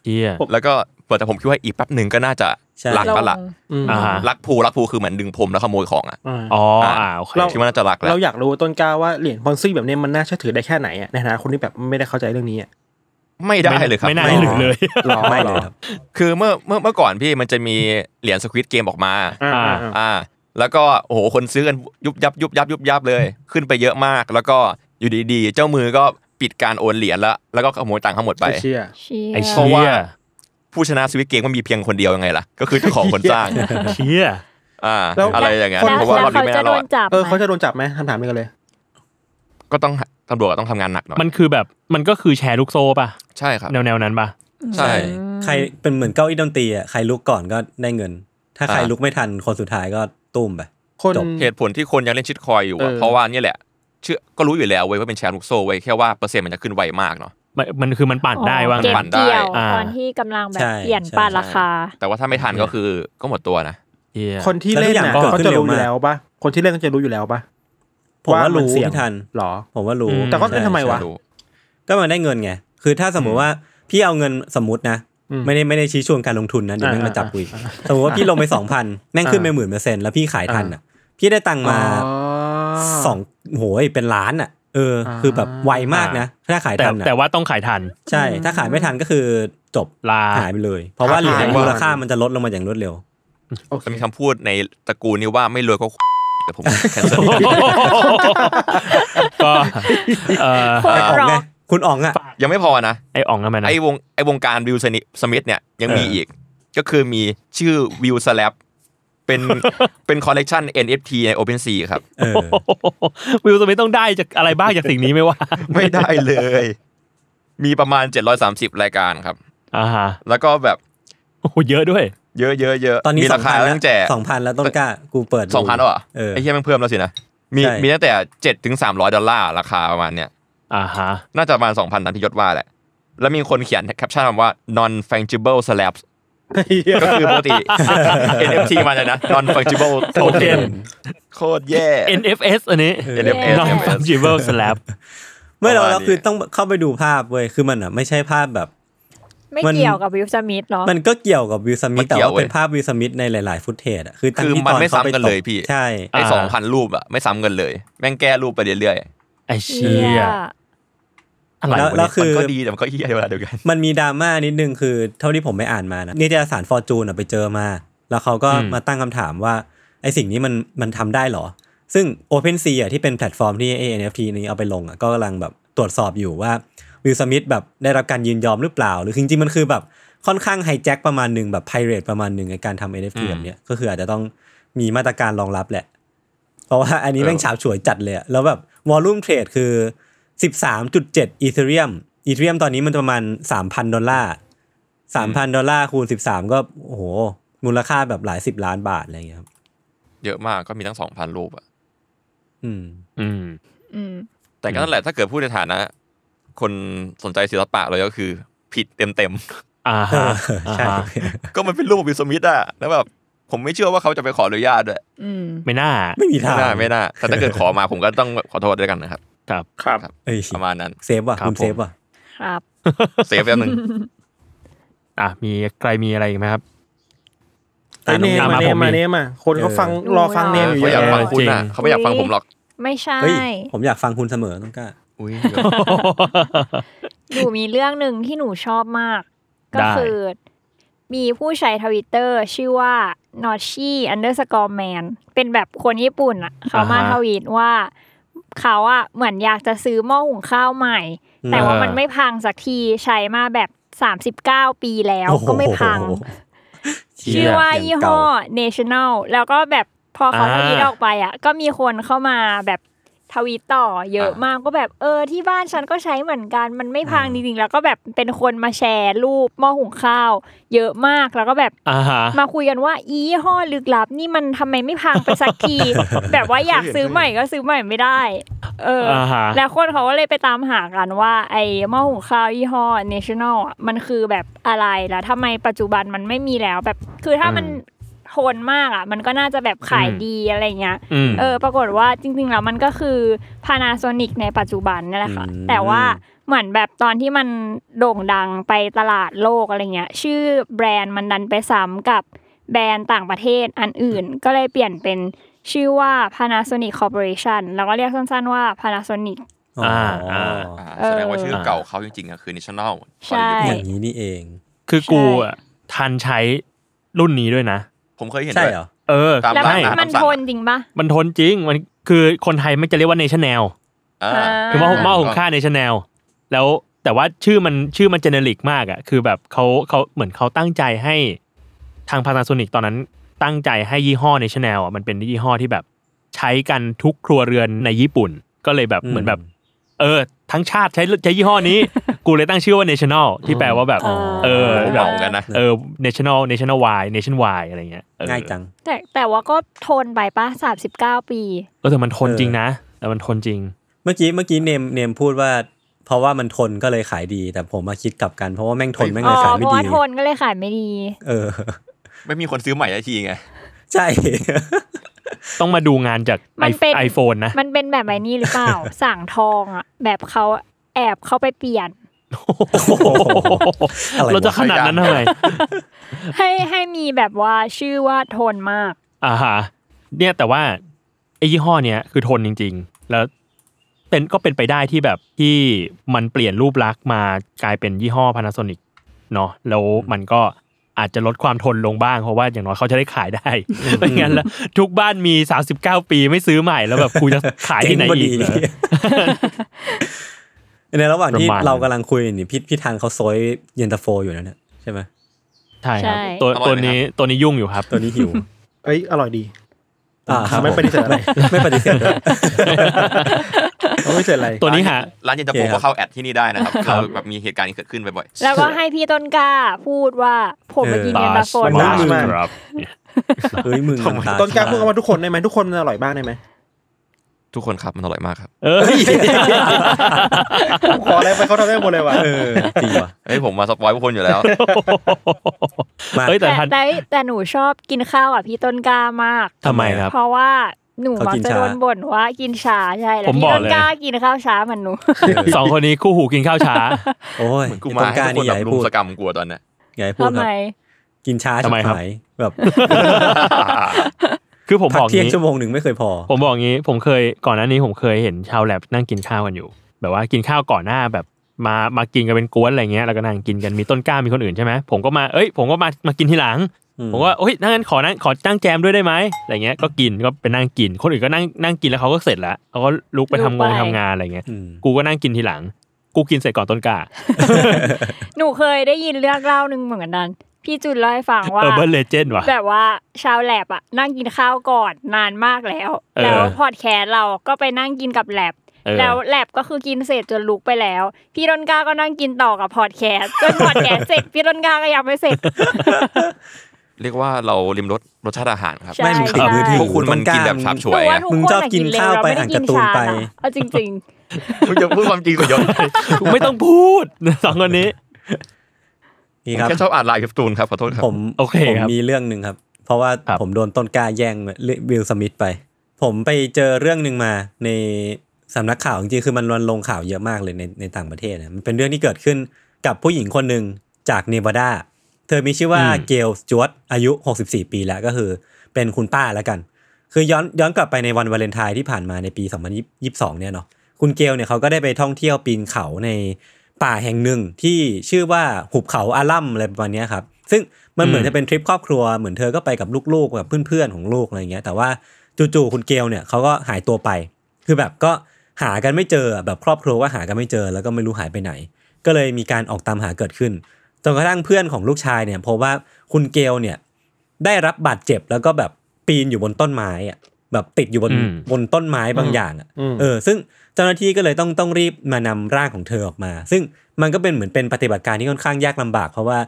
[SPEAKER 1] เหี้ย
[SPEAKER 4] แล้วก็เปิดแต่ผมคิดว่าอีกแป๊บหนึ่งก็น่าจะ
[SPEAKER 2] ใช่
[SPEAKER 4] ลักแล้วล่ะ
[SPEAKER 5] ง
[SPEAKER 3] อืม
[SPEAKER 1] อ่าฮะ
[SPEAKER 4] ลักภูลักภูคือเหมือนดึงพรมแล้วขโมยของอ่ะ
[SPEAKER 3] อ่า
[SPEAKER 1] อ๋ออ่าโอเค
[SPEAKER 3] เรา
[SPEAKER 4] คิดว่าน่าจะลักแล้
[SPEAKER 3] เรา
[SPEAKER 4] ว
[SPEAKER 3] อยากรู้ต้นกล้าว่าเหรียญพอนซี่แบบนี้มันน่าเชื่อถือได้แค่ไหนอะในฐานะคนที่แบบไม่ได้เข้าใจเรื่องนี้อะ
[SPEAKER 4] ไม่ได้เลยครับ
[SPEAKER 1] ไม่น่าให้หลุดเลย
[SPEAKER 3] หรอ
[SPEAKER 2] ไม่เลยครับ
[SPEAKER 4] คือเมื่อเมื่อเมื่อก่อนพี่มันจะมีเหรียญสควิตเกมออกมา
[SPEAKER 3] อ่าอ่าอ่า
[SPEAKER 4] อ่าแล้วก็โอ้โหคนซื้อกันยุบยับยุบยับยุบยับเลย ขึ้นไปเยอะมาก แล้วก็อยู่ดีๆ เจ้ามือก็ปิดการโอนเหรียญแล้วแล้วก็ขโมยตังค์ทั้งหมดไป
[SPEAKER 3] ไม่เชื่อ
[SPEAKER 5] เชี่ย
[SPEAKER 1] ไอ้
[SPEAKER 4] เพราะ
[SPEAKER 1] เชี่
[SPEAKER 4] ว่า
[SPEAKER 1] ย
[SPEAKER 4] ผู้ชนะสวิตเกมมันมีเพียงคนเดียวยังไงล่ะ ก็คือเจ้าของคนสร้าง
[SPEAKER 1] เชี่ย
[SPEAKER 4] อ่า
[SPEAKER 3] แล้ว
[SPEAKER 4] อะไรอย่างเงี้ย
[SPEAKER 5] แล้ว
[SPEAKER 4] เพราะว่า
[SPEAKER 5] แล้ว
[SPEAKER 4] เรา
[SPEAKER 5] เขา
[SPEAKER 4] ไม่
[SPEAKER 5] จะ
[SPEAKER 4] น่า
[SPEAKER 5] โด
[SPEAKER 4] รอน ด
[SPEAKER 5] จับ
[SPEAKER 3] เออ
[SPEAKER 5] ไหม
[SPEAKER 3] เขาจะโดนจับไหมคำถามนี้กันเลย
[SPEAKER 4] ก็ต้องตำรวจก็ต้องทำงานหนักหน่อย
[SPEAKER 1] มันคือแบบมันก็คือแชร์ลูกโซ่ป่ะ
[SPEAKER 4] ใช่ครับ
[SPEAKER 1] แนวแนวๆนั้นป่ะ
[SPEAKER 4] ใช่
[SPEAKER 2] ใครเป็นเหมือนเก้าอี้ดนตรีอ่ะใครลุกก่อนก็ได้เงิน ถ้าใคร
[SPEAKER 4] อ่า
[SPEAKER 2] ลุกไม่ทันคนสุดท้ายก็ตุ้มไป
[SPEAKER 3] คน
[SPEAKER 2] จบ
[SPEAKER 4] เหตุผลที่คนยังเล่นชิดคอยอยู่อะ
[SPEAKER 3] เออ
[SPEAKER 4] เพราะว่าเนี่ยแหละเชื่อก็รู้อยู่แล้วเว้ยว่าเป็นแชร์ลูกโซ่เว้ยแค่ว่าเปอร์เซ็นต์มันจะขึ้นไวมากเนาะ
[SPEAKER 1] มันมันคือมันปั่นได้ว่างั้
[SPEAKER 5] เก็บ
[SPEAKER 4] ปั่
[SPEAKER 1] น
[SPEAKER 4] น
[SPEAKER 5] เกี่ยว
[SPEAKER 1] อ่า
[SPEAKER 5] ตอนที่กำลังแบบ
[SPEAKER 2] ใช่
[SPEAKER 5] เปลี่ยน
[SPEAKER 2] ใช่
[SPEAKER 5] ปานราคา
[SPEAKER 4] แต่ว่าถ้าไม่ทันก็คือก็หมดตัวนะ
[SPEAKER 1] เหี้ย
[SPEAKER 3] คนที่เล่นน่ะ
[SPEAKER 2] แล้วทุกอย่าง
[SPEAKER 3] เขา
[SPEAKER 2] เกิดขึ้
[SPEAKER 3] จะ
[SPEAKER 2] นเร็วมาก
[SPEAKER 3] รู้อยู่แล้วปะคนที่เล่นเขาจะรู้อยู่แล้วปะ
[SPEAKER 2] ผมว่ารู้
[SPEAKER 3] นเสี่ยง
[SPEAKER 2] พี่ทัน
[SPEAKER 3] หรอ
[SPEAKER 2] ผมว่ารู้
[SPEAKER 1] อืม
[SPEAKER 3] แต่ก็
[SPEAKER 2] ใช่
[SPEAKER 3] ทำไมวะ
[SPEAKER 2] ใช่ก็มันได้เงินไง คือถ้าสมมุติว่าพี่เอาเงินสมมตินะ
[SPEAKER 3] อืม
[SPEAKER 2] ไม่ได้ไม่ได้ชี้ชวนการลงทุนนะเดี๋ยวแม่งมาจับกูอีกสมมติว่าพี่ลงไปสองพันแม่งขึ้นไปหมื่นเปอร์เซ็นต์แล้วพี่ขายทันอ่ะ พี่ได้ตังค์มา
[SPEAKER 3] อ๋อ
[SPEAKER 2] สองโหยเป็นล้านอ่ะ เออ คือแบบไวมากนะ ถ้าขาย
[SPEAKER 1] แต่
[SPEAKER 2] ทันอ่ะ
[SPEAKER 1] แต่ว่าต้องขายทัน
[SPEAKER 2] ใช่ ถ้าขายไม่ทันก็คือจบ
[SPEAKER 1] ลา
[SPEAKER 2] หายไปเลย เพราะว่าเหรียญ
[SPEAKER 3] ขาย
[SPEAKER 2] มูลค่ามันจะลดลงมาอย่างรวดเร็ว
[SPEAKER 3] โอเค
[SPEAKER 4] มันมีคำพูดในตระกูลนี้ว่าไม่รวยก็ แต่ผมแคนเซิล
[SPEAKER 1] ก็เอ่อ
[SPEAKER 5] คน
[SPEAKER 2] แต่อ๋อง
[SPEAKER 5] รอ
[SPEAKER 2] ไงคุณอ๋องอ่ะ
[SPEAKER 4] ยังไม่พอนะ
[SPEAKER 1] ไออ่องทำไมนะ
[SPEAKER 4] ไอ้วงไอ้วงการวิลสมิธเนี่ยยังมี
[SPEAKER 2] เอออี
[SPEAKER 4] อีก ก็คือมีชื่อวิลสแลบเป็นเป็นคอลเลกชัน NFT ใน OpenSea ครับ
[SPEAKER 2] เออ
[SPEAKER 1] วิวสมิธต้องได้จากอะไรบ้างจากสิ่งนี้ไหมวะ
[SPEAKER 4] ไม่ได้เลย มีประมาณ 730 รายการครับ
[SPEAKER 1] อ่าฮะ
[SPEAKER 4] แล้วก็แบบ
[SPEAKER 1] โอ้โหเยอะด้วย
[SPEAKER 4] เยอะเยอะเยอะ
[SPEAKER 2] ตอนนี้
[SPEAKER 4] มี
[SPEAKER 2] สอ
[SPEAKER 4] ราง คา
[SPEAKER 2] พันแล้ว
[SPEAKER 4] ตั้งแต่
[SPEAKER 2] สองพันแล้วต้นกล้ากูเปิดดู
[SPEAKER 4] สองพันแล้วเหรอ
[SPEAKER 2] เออ
[SPEAKER 4] ไอ้เหี้ยแมันเพิ่มแล้วสินะ มี
[SPEAKER 2] ใช่
[SPEAKER 4] มีตั้งแต่เจ็ดถึงสามร้อยดอลลาร์ราคาประมาณเนี้ย
[SPEAKER 1] อ่าฮะ
[SPEAKER 4] น่าจะประมาณสองพันนะที่ยศว่าแหละ แล้วมีคนเขียนแคปชั่นว่า non fungible slabs ก็คือปกติ NFT มาจากนะ non fungible token โคตรแย่
[SPEAKER 1] NFS อันนี้
[SPEAKER 2] เออ
[SPEAKER 4] NFS
[SPEAKER 1] non fungible slab
[SPEAKER 2] ไม่เรา
[SPEAKER 4] ประมาณ
[SPEAKER 2] เราคือ
[SPEAKER 4] นี้
[SPEAKER 2] ต้องเข้าไปดูภาพเว้ยคือมันอ่ะไม่ใช่ภาพแบบ
[SPEAKER 5] ไม่
[SPEAKER 2] มัน
[SPEAKER 5] เกี่ยวกับวิวสมิธเนาะ
[SPEAKER 2] มันก็เกี่ยวกับวิลสมิธ
[SPEAKER 4] มัน
[SPEAKER 2] แต่
[SPEAKER 4] เกี่ยว
[SPEAKER 2] ว่า
[SPEAKER 4] เว้ย
[SPEAKER 2] เป็นภาพวิลสมิธในหลาย ๆ ฟุตเทจอะคือตั้ง
[SPEAKER 4] คือ
[SPEAKER 2] ที่
[SPEAKER 4] มัน
[SPEAKER 2] ตอน
[SPEAKER 4] ไม่
[SPEAKER 2] เขา
[SPEAKER 4] ซ้ำ
[SPEAKER 2] ไป
[SPEAKER 4] กั
[SPEAKER 2] ต
[SPEAKER 4] นเลย
[SPEAKER 2] บ
[SPEAKER 4] พี่
[SPEAKER 2] ใช่
[SPEAKER 4] ไอ้
[SPEAKER 1] อ่า
[SPEAKER 4] สองพันรูปอะไม่ซ้ำกันเลย แม่งแก้รูปไปเรื่อย
[SPEAKER 1] ไอเชียอะไร
[SPEAKER 2] แล้ว
[SPEAKER 1] วะ
[SPEAKER 2] แล้ว
[SPEAKER 1] เนี่
[SPEAKER 2] ยคื
[SPEAKER 4] ๆมัน
[SPEAKER 2] อ
[SPEAKER 4] ก็ดีแต่มันก็เหี้ยเวลาเดียวกัน
[SPEAKER 2] มันมีดราม่านิดนึงคือเท่าที่ผมไปอ่านมานะนิตยสารฟอร์จูนอะไปเจอมา แล้วเขาก็มาตั้งคำถามว่า ไอ้สิ่งนี้มันมันทำได้เหรอ ซึ่ง Open s e a อะที่เป็นแพลตฟอร์มที่ NFT นี้เอาไปลงอะก็กำลังแบบตรวจสอบอยู่ว่าวิลสมิธแบบได้รับการยินยอมหรือเปล่า หรือจริงๆมันคือแบบค่อนข้างไฮแจ็คประมาณหนึ่งแบบไพเรตประมาณหนึ่งในการทำ NFT
[SPEAKER 4] อืม
[SPEAKER 2] แบบเนี้ยก็คืออาจจะต้องมีมาตรการรองรับแหละ เพราะว่าอันนี้แม่งฉาบฉวยจัดเลยอะแล้วแบบวอลลุ่มเทรดคือ 13.7อีเธเรียมอีเธเรียมตอนนี้มันประมาณ 3,000 ดอลลาร์ 3,000 ดอลลาร์คูณ 13 ก็ โอ้โห มูลค่าแบบหลายสิบล้านบาท อะไรอย่างเงี้ยครับ
[SPEAKER 4] เยอะมากก็มีทั้งสองพันรูปอะ
[SPEAKER 2] อืม
[SPEAKER 1] อืม
[SPEAKER 5] อืม
[SPEAKER 4] แต่ก็นั่นแหละถ้าเกิดพูดในฐานะ คนสนใจศิลปะเลยก็คือ ผิดเต็มเต็มๆ
[SPEAKER 1] อ่าฮะอ่า
[SPEAKER 2] ใช่
[SPEAKER 1] ฮะ
[SPEAKER 4] ก็มันเป็นรูปวิลสมิธอะแล้วแบบผมไม่เชื่อว่าเขาจะไปขออนุญาตด้วย
[SPEAKER 5] อืม
[SPEAKER 1] ไม่น่า
[SPEAKER 2] ไม่มีทาง
[SPEAKER 4] ไม่น่าไม่น่าแต่ถ้าเกิดขอมาผมก็ต้องขอโทษด้วยกันนะครับ
[SPEAKER 1] ครับ
[SPEAKER 3] ครับ
[SPEAKER 2] เอ้ย
[SPEAKER 4] ประมาณนั้น
[SPEAKER 2] เซฟว่ะ
[SPEAKER 1] ครับ
[SPEAKER 2] คุณเซฟ
[SPEAKER 1] ผม
[SPEAKER 2] ว่ะ
[SPEAKER 5] ครับ
[SPEAKER 4] เซฟแป๊บนึง
[SPEAKER 1] อ่ะมีใครมีอะไรอีกไหมครับ
[SPEAKER 2] ตา
[SPEAKER 3] เน
[SPEAKER 2] น้อง
[SPEAKER 3] ม
[SPEAKER 2] เนม
[SPEAKER 3] มาเน
[SPEAKER 1] มาผม ม
[SPEAKER 3] มา
[SPEAKER 1] อีก
[SPEAKER 3] เนมอ่ะคนเขาฟัง
[SPEAKER 5] เออ
[SPEAKER 3] รอฟังเนมอยู่
[SPEAKER 4] เขา
[SPEAKER 3] เย
[SPEAKER 4] อยาก
[SPEAKER 3] อะ
[SPEAKER 4] ฟัง
[SPEAKER 3] เลย
[SPEAKER 4] คุณอะ
[SPEAKER 1] จริง
[SPEAKER 4] เขาไม่อยากฟังผมหรอก
[SPEAKER 5] ไม่ใช่
[SPEAKER 2] เฮ้ย ผมอยากฟังคุณเสมอต้องกล้า
[SPEAKER 4] อุย
[SPEAKER 5] หนูมีเรื่องหนึ่งที่หนูชอบมาก ก็
[SPEAKER 1] ได้
[SPEAKER 5] คือ มีผู้ใช้ทวิตเตอร์ชื่อว่านอชี่อันเดอร์สกอร์แมนเป็นแบบคนญี่ปุ่นอ่ะ เขามาทวีตว่า เขาอ่ะเหมือนอยากจะซื้อหม้อหุงข้าวใหม่ แต่ว่ามันไม่พังสักทีใช้มาแบบ 39 ปีแล้ว
[SPEAKER 2] โอ้โห
[SPEAKER 5] ก็ไม่พัง ชื่อว่า
[SPEAKER 2] อย่าง
[SPEAKER 5] ยี่ห้อ
[SPEAKER 2] เก่
[SPEAKER 5] national แล้วก็แบบพอเขา
[SPEAKER 1] อ่า
[SPEAKER 5] ทวีตออกไปอ่ะ ก็มีคนเข้ามาแบบทวีตต่อเยอะมากก็แบบเออที่บ้านฉันก็ใช้เหมือนกัน มันไม่พังจริงๆ แล้วก็แบบเป็นคนมาแชร์รูปหม้อหุงข้าว เยอะมากแล้วก็แบบ
[SPEAKER 1] อ่าฮะ
[SPEAKER 5] มาคุยกันว่าอียี่ห้อลึกลับ นี่มันทำไมไม่พังไปสัก ที แบบว่าอยากซื้อใหม่ก็ซื้อใหม่ไม่ได้ เออ
[SPEAKER 1] อ่าฮะ
[SPEAKER 5] แล้วคนเขาก็เลยไปตามหากันว่าไอ้หม้อหุงข้าวยี่ห้อ national อ่ะมันคือแบบอะไรแล้วทำไมปัจจุบันมันไม่มีแล้วแบบ คือถ้ามันโหนมากอ่ะ มันก็น่าจะแบบขายดีอะไรเงี้ย
[SPEAKER 1] อืม
[SPEAKER 5] เออปรากฏว่าจริงๆแล้วมันก็คือ Panasonic ในปัจจุบันนั่นแหละค่ะ
[SPEAKER 2] อืม
[SPEAKER 5] แต่ว่าเหมือนแบบตอนที่มันโด่งดังไปตลาดโลกอะไรเงี้ย ชื่อแบรนด์มันดันไปซ้ำกับแบรนด์ต่างประเทศอันอื่น ก็เลยเปลี่ยนเป็นชื่อว่า Panasonic Corporation แล้วก็เรียกสั้นๆว่า Panasonic
[SPEAKER 2] อ๋ออา
[SPEAKER 4] อ่าแสดงว่าชื่อเก่าเขาจริงๆอะคือ national
[SPEAKER 5] ใช่
[SPEAKER 2] อย่างนี้นี่เอง
[SPEAKER 1] คือกูอ่ะทันใช้รุ่นนี้ด้วยนะ
[SPEAKER 4] ผมเคยเห็น
[SPEAKER 2] ใช่
[SPEAKER 4] ด้วย
[SPEAKER 2] เหรอ
[SPEAKER 1] เออ
[SPEAKER 4] ตาม
[SPEAKER 5] แล้ว
[SPEAKER 4] ร้า
[SPEAKER 5] มัน
[SPEAKER 1] ใช่
[SPEAKER 4] อาหาร
[SPEAKER 5] มันทนจริงปะ
[SPEAKER 1] มันทนจริง มันคือคนไทยไม่จะเรียกว่าเนชั่นแนล
[SPEAKER 4] อ่า
[SPEAKER 1] คือหม้อหม้อหุง
[SPEAKER 4] อ่า
[SPEAKER 1] ข้าวเนชั่นแนลแล้วแต่ว่าชื่อมันชื่อมันเจเนริกมากอ่ะ คือแบบเขาเขาเหมือนเขาตั้งใจให้ทางพา n a โซนิกตอนนั้นตั้งใจให้ยี่ห้อเนชั่นแนลอ่ะมันเป็นยี่ห้อที่แบบใช้กันทุกครัวเรือนในญี่ปุ่น ก็เลยแบบเหมือนแบบ เออ ทั้งชาติใช้ใช้ยี่ห้อนี้ กูเลยตั้งชื่อว่าเนชั่นแนลที่แปลว่าแบบ เออ
[SPEAKER 4] ผม
[SPEAKER 1] แบ
[SPEAKER 4] ม
[SPEAKER 1] บ
[SPEAKER 4] องกันนะ
[SPEAKER 1] เออ national national wide nation wide อะไรเงี้ยเออ
[SPEAKER 2] ง่ายจัง
[SPEAKER 5] แต่แต่ว่าก็ทนไปปะ39 ปี
[SPEAKER 1] เออแต่มันทน
[SPEAKER 2] เออ
[SPEAKER 1] จริงนะ แต่มันทนจริง
[SPEAKER 2] เมื่อกี้เมื่อกี้เนมเนมพูดว่า เพราะว่ามันทนก็เลยขายดี แต่ผมมาคิดกลับกันเพราะว่าแม่งทนแม่ง
[SPEAKER 5] อ๋
[SPEAKER 2] เลย
[SPEAKER 5] อ
[SPEAKER 2] ขาย
[SPEAKER 5] เพ
[SPEAKER 2] ไม่
[SPEAKER 5] ราะ
[SPEAKER 2] ดี
[SPEAKER 5] ว่าทนก็เลยขายไม่ ดี
[SPEAKER 2] เออ
[SPEAKER 4] ไม่มีคนซื้อใหม่ได้ทีไง
[SPEAKER 2] ใช่
[SPEAKER 1] ต้องมาดูงานจาก
[SPEAKER 5] มันเป็น
[SPEAKER 1] ไอโฟนนะ
[SPEAKER 5] มันเป็นแบบไอ้นี่หรือเปล่า สั่งทองอ่ะ แบบเขาแอบเข้าไปเปลี่ยน
[SPEAKER 2] อะไรวะ
[SPEAKER 1] เราจะขนาดนั้นทำไม
[SPEAKER 5] ให้ให้มีแบบว่าชื่อว่าโทนมาก
[SPEAKER 1] อ่าฮะเนี่ยแต่ว่าไอ้ยี่ห้อเนี้ยคือทนจริง ๆ แล้วเป็นก็เป็นไปได้ที่แบบที่มันเปลี่ยนรูปลักษณ์มากลายเป็นยี่ห้อ Panasonic เนาะแล้วมันก็อาจจะลดความทนลงบ้าง เพราะว่าอย่างน้อยเขาจะได้ขายได้ไม่งั้นแล้วทุกบ้านมี 39 ปีไม่ซื้อใหม่แล้วแบบกูจะขายที่ไหนอีกเหรอ
[SPEAKER 2] ในระหว่างที่
[SPEAKER 1] ประมาณนั้น
[SPEAKER 2] เรากำลังคุยอยู่นี่พี่พี่ทันเขาโซยเย็นตาโฟอยู่นะเนี่ยใช่ไหม
[SPEAKER 1] ใช่ครับ
[SPEAKER 5] ใช่
[SPEAKER 1] ตัว
[SPEAKER 4] อร่อยไหม
[SPEAKER 1] ตัวนี้ตัวนี้ยุ่งอยู่ครับ
[SPEAKER 2] ตัวนี้หิว
[SPEAKER 3] เอ้ยอร่อยดี
[SPEAKER 2] อ่าครับ
[SPEAKER 3] ไม่
[SPEAKER 2] ผ
[SPEAKER 3] ปฏิเสธอะไร
[SPEAKER 2] ไม่ปฏิเสธเลย
[SPEAKER 3] เราไม่เจออะไร
[SPEAKER 1] ตัวนี้หา
[SPEAKER 4] ร้านเย็นตาโฟ
[SPEAKER 2] โอเคครับ
[SPEAKER 4] ก็เข้าแอดที่นี่ได้นะครับเราแบบมีเหตุการณ์นี้เกิดขึ้นบ่อยๆ
[SPEAKER 5] แล้วก็ให้พี่ต้นกล้าพูดว่าผมไปกิน
[SPEAKER 2] เออ
[SPEAKER 5] เย็นตาโฟ
[SPEAKER 1] บา
[SPEAKER 5] มา
[SPEAKER 1] ชบาชครับ
[SPEAKER 2] เฮ้ยมึงมั
[SPEAKER 3] ต้นกล้าพูดคำว่าทุกคนได้ไหมทุกคนมันอร่อยบ้างได้ไหม
[SPEAKER 4] ทุกคนครับมันอร่อยมากครับ
[SPEAKER 1] เออ
[SPEAKER 3] ขออะไรไปเขาทำได้หมดเลยว่ะ
[SPEAKER 2] เออดีว่ะ
[SPEAKER 4] เฮ้ยผมมาสปอยพวกคนอ ยู่แล้ว
[SPEAKER 2] มา
[SPEAKER 1] เฮ้ยแต่
[SPEAKER 5] แต่
[SPEAKER 1] ทัน
[SPEAKER 5] แต่แต่หนูชอบกินข้าวอ่ะพี่ต้นกล้ามาก
[SPEAKER 1] ทำไมครับ
[SPEAKER 5] เพราะว่าหนูมั
[SPEAKER 2] เขา
[SPEAKER 5] กจะ
[SPEAKER 2] กินช้า
[SPEAKER 5] โดนบ่นว่ากินช้าใช่แล้
[SPEAKER 1] ผ
[SPEAKER 5] ว
[SPEAKER 1] ม
[SPEAKER 5] พี่
[SPEAKER 1] บอก
[SPEAKER 5] ต้น
[SPEAKER 1] เลย
[SPEAKER 5] กล้ากินข้าวช้าเหมือนหนู
[SPEAKER 1] สองคนนี้คู่หูกินข้าว ช้า
[SPEAKER 2] โอ้ย
[SPEAKER 4] เหมือนกู
[SPEAKER 2] ต้
[SPEAKER 4] มาน ให้
[SPEAKER 2] กล้า
[SPEAKER 4] ทุกค
[SPEAKER 2] นี่
[SPEAKER 4] น
[SPEAKER 2] อย่า
[SPEAKER 4] แบบ
[SPEAKER 2] ให้
[SPEAKER 4] รุ
[SPEAKER 2] พู
[SPEAKER 4] ม
[SPEAKER 2] ด
[SPEAKER 4] สกรรมกลัวตอนเนี้ย
[SPEAKER 2] อย่าให้พูดค
[SPEAKER 5] ทำ
[SPEAKER 2] รั
[SPEAKER 5] ไม
[SPEAKER 2] บกินช้า
[SPEAKER 1] ทำไมครับ
[SPEAKER 2] ชิบหายแบบ
[SPEAKER 1] คือผม
[SPEAKER 2] พั
[SPEAKER 1] บ
[SPEAKER 2] ก
[SPEAKER 1] อก
[SPEAKER 2] เที่ยง
[SPEAKER 1] งี้
[SPEAKER 2] ชั่วโมงหนึ่งไม่เคยพอ
[SPEAKER 1] ผมบอกงี้ผมเคยก่อนหน้านี้ผมเคยเห็นชาวแลบนั่งกินข้าวกันอยู่ แบบว่ากินข้าวก่อนหน้าแบบมามากินกันเป็นกวนอะไรเงี้ยแล้วก็นั่งกินกันมีต้นกล้ามีคนอื่นใช่ไหมผมก็มาเอ้ยผมก็มามากินทีหลัง
[SPEAKER 2] อืม
[SPEAKER 1] ผมว่าเอ้ยนั่งนขอนั่งขอนั่งแจมด้วยได้ไหมอะไรเงี้ยก็กินก็ไปนั่งกิน คนอื่นก็นั่งนั่งกินแล้วเขาก็เสร็จละเขาก็ลุกไปทำ
[SPEAKER 5] ลุ
[SPEAKER 1] ง
[SPEAKER 5] กไป
[SPEAKER 1] งทำงานอะไรเงี้ย
[SPEAKER 2] อืม
[SPEAKER 1] กูก็นั่งกินทีหลัง กูกินเสร็จก่อนต้นกล้า
[SPEAKER 5] หนูเคยได้ยินเรื่องเล่าหนึ่งเหมือนกัน พี่จุนเล่าให้ฟังว่า
[SPEAKER 1] เออเบิร์เลเจนด์ว่ะ
[SPEAKER 5] แบบว่าชาวแลบอะนั่งกินข้าวก่อนนานมากแล้ว
[SPEAKER 1] เออ
[SPEAKER 5] แล้วพอดแคสต์เราก็ไปนั่งกินกับแลบ
[SPEAKER 1] เออ
[SPEAKER 5] แล้วแลบก็คือกินเสร็จจนลุกไปแล้ว พี่ต้นกล้าก็นั่งกินต่อกับพอดแคสต์จนพอดแคสต์เสร็จพี่ต้นกล้าก็ยังไม่ เสร็จ
[SPEAKER 4] เรียกว่าเราริมรสรสชาติอาหารครับ
[SPEAKER 5] ใช่
[SPEAKER 2] ไม่มึงติดมือถือ
[SPEAKER 4] พวกคุณมันกินแบบฉับฉ
[SPEAKER 5] ห
[SPEAKER 4] ว
[SPEAKER 5] นู
[SPEAKER 4] ย
[SPEAKER 5] ว่า
[SPEAKER 4] อะ
[SPEAKER 5] ทุก
[SPEAKER 2] มึง
[SPEAKER 5] คน
[SPEAKER 2] ชอบ
[SPEAKER 5] อะ
[SPEAKER 2] กิ
[SPEAKER 5] กิ
[SPEAKER 2] น
[SPEAKER 5] นเร็
[SPEAKER 2] ข้าว
[SPEAKER 5] ว
[SPEAKER 2] ไป
[SPEAKER 5] ไม่ได้
[SPEAKER 2] อ่าน
[SPEAKER 5] กิ
[SPEAKER 2] กาน ร์ตูน
[SPEAKER 5] ชา
[SPEAKER 2] ไป
[SPEAKER 5] นะเอาจริง
[SPEAKER 4] มึงจะพูดความจริงกับยศ
[SPEAKER 1] ไม่ต้องพูด สองคนนี้
[SPEAKER 2] นี่ครับ
[SPEAKER 4] แค่ชอบอ่านลายการ์ตูนครับขอโทษครับ
[SPEAKER 2] ผม
[SPEAKER 1] โอเค
[SPEAKER 2] ผม
[SPEAKER 1] ครับ
[SPEAKER 2] มีเรื่องหนึ่งครับ เพราะว่า
[SPEAKER 1] ครับ
[SPEAKER 2] ผมโดนต้นกล้าแย่งเรื่องวิลสมิธไป ผมไปเจอเรื่องหนึ่งมาในสำนักข่าวจริงๆคือมันลงข่าวเยอะมากเลยในในต่างประเทศนะมันเป็นเรื่องที่เกิดขึ้นกับผู้หญิงคนหนึ่งจากเนวาดา เธอมีชื่อว่า
[SPEAKER 1] อืม
[SPEAKER 2] เกลสจวตอายุ 64 ปีแล้วก็คือเป็นคุณป้าแล้วกัน คือย้อนย้อนกลับไปในวันวาเลนไทน์ที่ผ่านมาในปี 2022 เนี่ยเนาะคุณเกลเนี่ยเขาก็ได้ไปท่องเที่ยวปีนเขาในป่าแห่งหนึ่งที่ชื่อว่าหุบเขาอาลัมอะไรประมาณเนี้ยครับ ซึ่งมันเหมือน
[SPEAKER 1] อืม
[SPEAKER 2] จะเป็นทริปครอบครัวเหมือนเธอก็ไปกับลูกๆกับเพื่อนๆของลูกอะไรเงี้ย แต่ว่าจู่ๆคุณเกลเนี่ยเขาก็หายตัวไป คือแบบก็หากันไม่เจอแบบครอบครัวก็หากันไม่เจอ แล้วก็ไม่รู้หายไปไหน ก็เลยมีการออกตามหาเกิดขึ้น จนกระทั่งเพื่อนของลูกชายเนี่ยพบว่าคุณเกลเนี่ยได้รับบาดเจ็บแล้วก็แบบปีนอยู่บนต้นไม้อะแบบติดอยู่บน
[SPEAKER 1] อืม
[SPEAKER 2] บนต้นไม้บางอย่างอะ
[SPEAKER 3] อืม
[SPEAKER 2] เออ ซึ่งเจ้าหน้าที่ก็เลยต้องต้องรีบมานำร่างของเธอออกมา ซึ่งมันก็เป็นเหมือนเป็นปฏิบัติการที่ค่อนข้างยากลำบาก เพราะว่า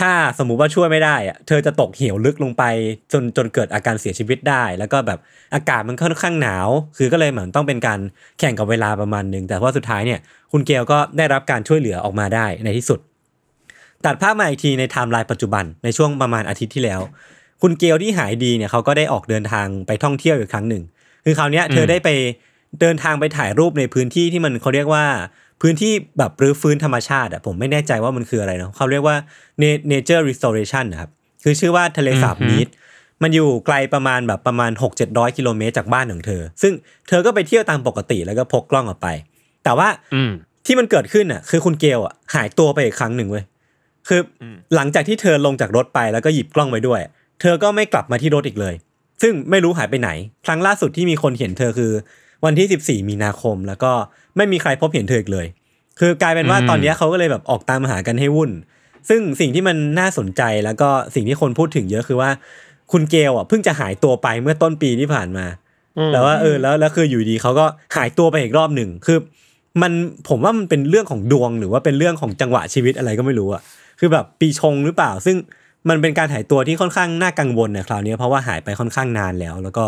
[SPEAKER 2] ถ้าสมมุติว่าช่วยไม่ได้อะเธอจะตกเหวลึกลงไปจนจนเกิดอาการเสียชีวิตได้ แล้วก็แบบอากาศมันค่อนข้างหนาว คือก็เลยเหมือนต้องเป็นการแข่งกับเวลาประมาณหนึ่งแต่ว่าสุดท้ายเนี่ย คุณเกลก็ได้รับการช่วยเหลือออกมาได้ในที่สุด ตัดภาพมาอีกทีในไทม์ไลน์ปัจจุบันในช่วงประมาณอาทิตย์ที่แล้ว คุณเกลที่หายดีเนี่ยเขาก็ได้ออกเดินทางไปท่องเที่ยวอีกครั้งหนึ่ง คือคราวเนี้ยเธอได้ไปเดินทางไปถ่ายรูปในพื้นที่ที่มันเขาเรียกว่า พื้นที่แบบรื้อฟื้นธรรมชาติอะผมไม่แน่ใจว่ามันคืออะไรเนาะเขาเรียกว่า Ne- nature restoration นะครับ คือชื่อว่าทะเลสาบ
[SPEAKER 1] อือหือ
[SPEAKER 2] นีดมันอยู่ไกลประมาณแบบประมาณ 6 7 0 0กิโลเมตรจากบ้านของเธอ ซึ่งเธอก็ไปเที่ยวตามปกติแล้วก็พกกล้องออกไป แต่ว่า
[SPEAKER 1] อืม
[SPEAKER 2] ที่มันเกิดขึ้นอ่ะคือคุณเกลอ่ะหายตัวไปอีกครั้งหนึ่งเว้ยคืออ
[SPEAKER 4] ม
[SPEAKER 2] หลังจากที่เธอลงจากรถไปแล้วก็หยิบกล้องไปด้วย เธอก็ไม่กลับมาที่รถอีกเลย ซึ่งไม่รู้หายไปไหน ครั้งล่าสุดที่มีคนเห็นเธอคือ วันที่ 14 มีนาคม แล้วก็ไม่มีใครพบเห็นเธออีกเลย คือกลายเป็นว่า
[SPEAKER 1] อืม
[SPEAKER 2] ตอนเนี้ยเขาก็เลยแบบออกตามหากันให้วุ่น ซึ่งสิ่งที่มันน่าสนใจแล้วก็สิ่งที่คนพูดถึงเยอะคือว่า คุณเกลอ่ะเพิ่งจะหายตัวไปเมื่อต้นปีที่ผ่านมา
[SPEAKER 3] อืม
[SPEAKER 2] แต่ว่าเออแล้วแล้วคืออยู่ดีเขาก็หายตัวไปอีกรอบหนึ่งคือ มันผมว่ามันเป็นเรื่องของดวงหรือว่าเป็นเรื่องของจังหวะชีวิตอะไรก็ไม่รู้อะคือแบบปีชงหรือเปล่า ซึ่งมันเป็นการหายตัวที่ค่อนข้างน่ากังวลนะคราวนี้เพราะว่าหายไปค่อนข้างนานแล้ว แล้วก็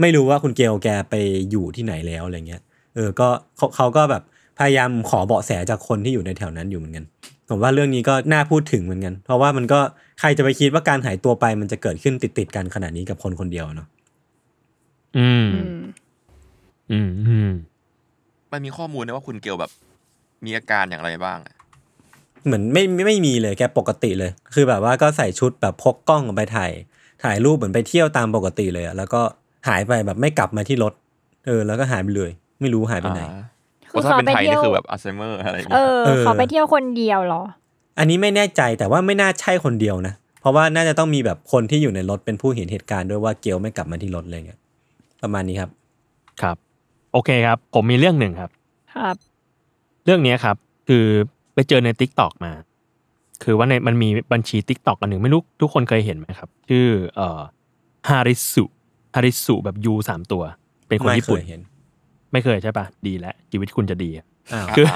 [SPEAKER 2] ไม่รู้ว่าคุณเกลแกไปอยู่ที่ไหนแล้วอะไรเงี้ยเออก็เขาเขาก็แบบพยายามขอเบาะแสจากคนที่อยู่ในแถวนั้นอยู่เหมือนกันผมว่าเรื่องนี้ก็น่าพูดถึงเหมือนกัน เพราะว่ามันก็ใครจะไปคิดว่าการหายตัวไปมันจะเกิดขึ้นติดติดๆกันขนาดนี้กับคนคนเดียวเนาะ
[SPEAKER 1] อืม
[SPEAKER 5] ๆ อืม
[SPEAKER 1] อืมอืม
[SPEAKER 4] มันมีข้อมูลนะว่าคุณเกลแบบมีอาการอย่างไรบ้างอะ
[SPEAKER 2] เหมือนไม่ไม่ไม่มีเลยแกปกติเลย คือแบบว่าก็ใส่ชุดแบบพกกล้องออกไปถ่าย ถ่ายรูปเหมือนไปเที่ยวตามปกติเลยอะแล้วก็หายไปแบบไม่กลับมาที่รถ เออ แล้วก็หายไปเลย ไม่รู้หายไปไหน
[SPEAKER 4] คือถ้าเป็นไทยนี่คือแบบอัลไซเมอร์อะไรอย่าง
[SPEAKER 5] เอ
[SPEAKER 4] เงี้ย
[SPEAKER 5] อ
[SPEAKER 2] เออ
[SPEAKER 5] เขาไปเที่ยวคนเดียวเหรอ
[SPEAKER 2] อันนี้ไม่แน่ใจแต่ว่าไม่น่าใช่คนเดียวนะ เพราะว่าน่าจะต้องมีแบบคนที่อยู่ในรถเป็นผู้เห็นเหตุการณ์ด้วยว่าเกลไม่กลับมาที่รถอะไรเงี้ยประมาณนี้ครับ
[SPEAKER 1] ครับ โอเคครับ ผมมีเรื่องหนึ่งครับ
[SPEAKER 5] ครับ
[SPEAKER 1] เรื่องเนี้ยครับคือไปเจอใน t ิ k t o k มา คือว่าในมันมีบัญชี t ิ k t o k อันหนึ่งไม่รู้ทุกคนเคยเห็นไหมครับ ชื่อเอ่อฮาริสุฮาริสุแบบยูสามตัว เป็นคน
[SPEAKER 2] ไม่
[SPEAKER 1] ญี่
[SPEAKER 2] เค
[SPEAKER 1] ปุ่น
[SPEAKER 2] ยเห็น
[SPEAKER 1] ไม่เคยใช่ปะดีแล้วชีวิตคุณจะดี
[SPEAKER 2] อ้าว
[SPEAKER 1] คือ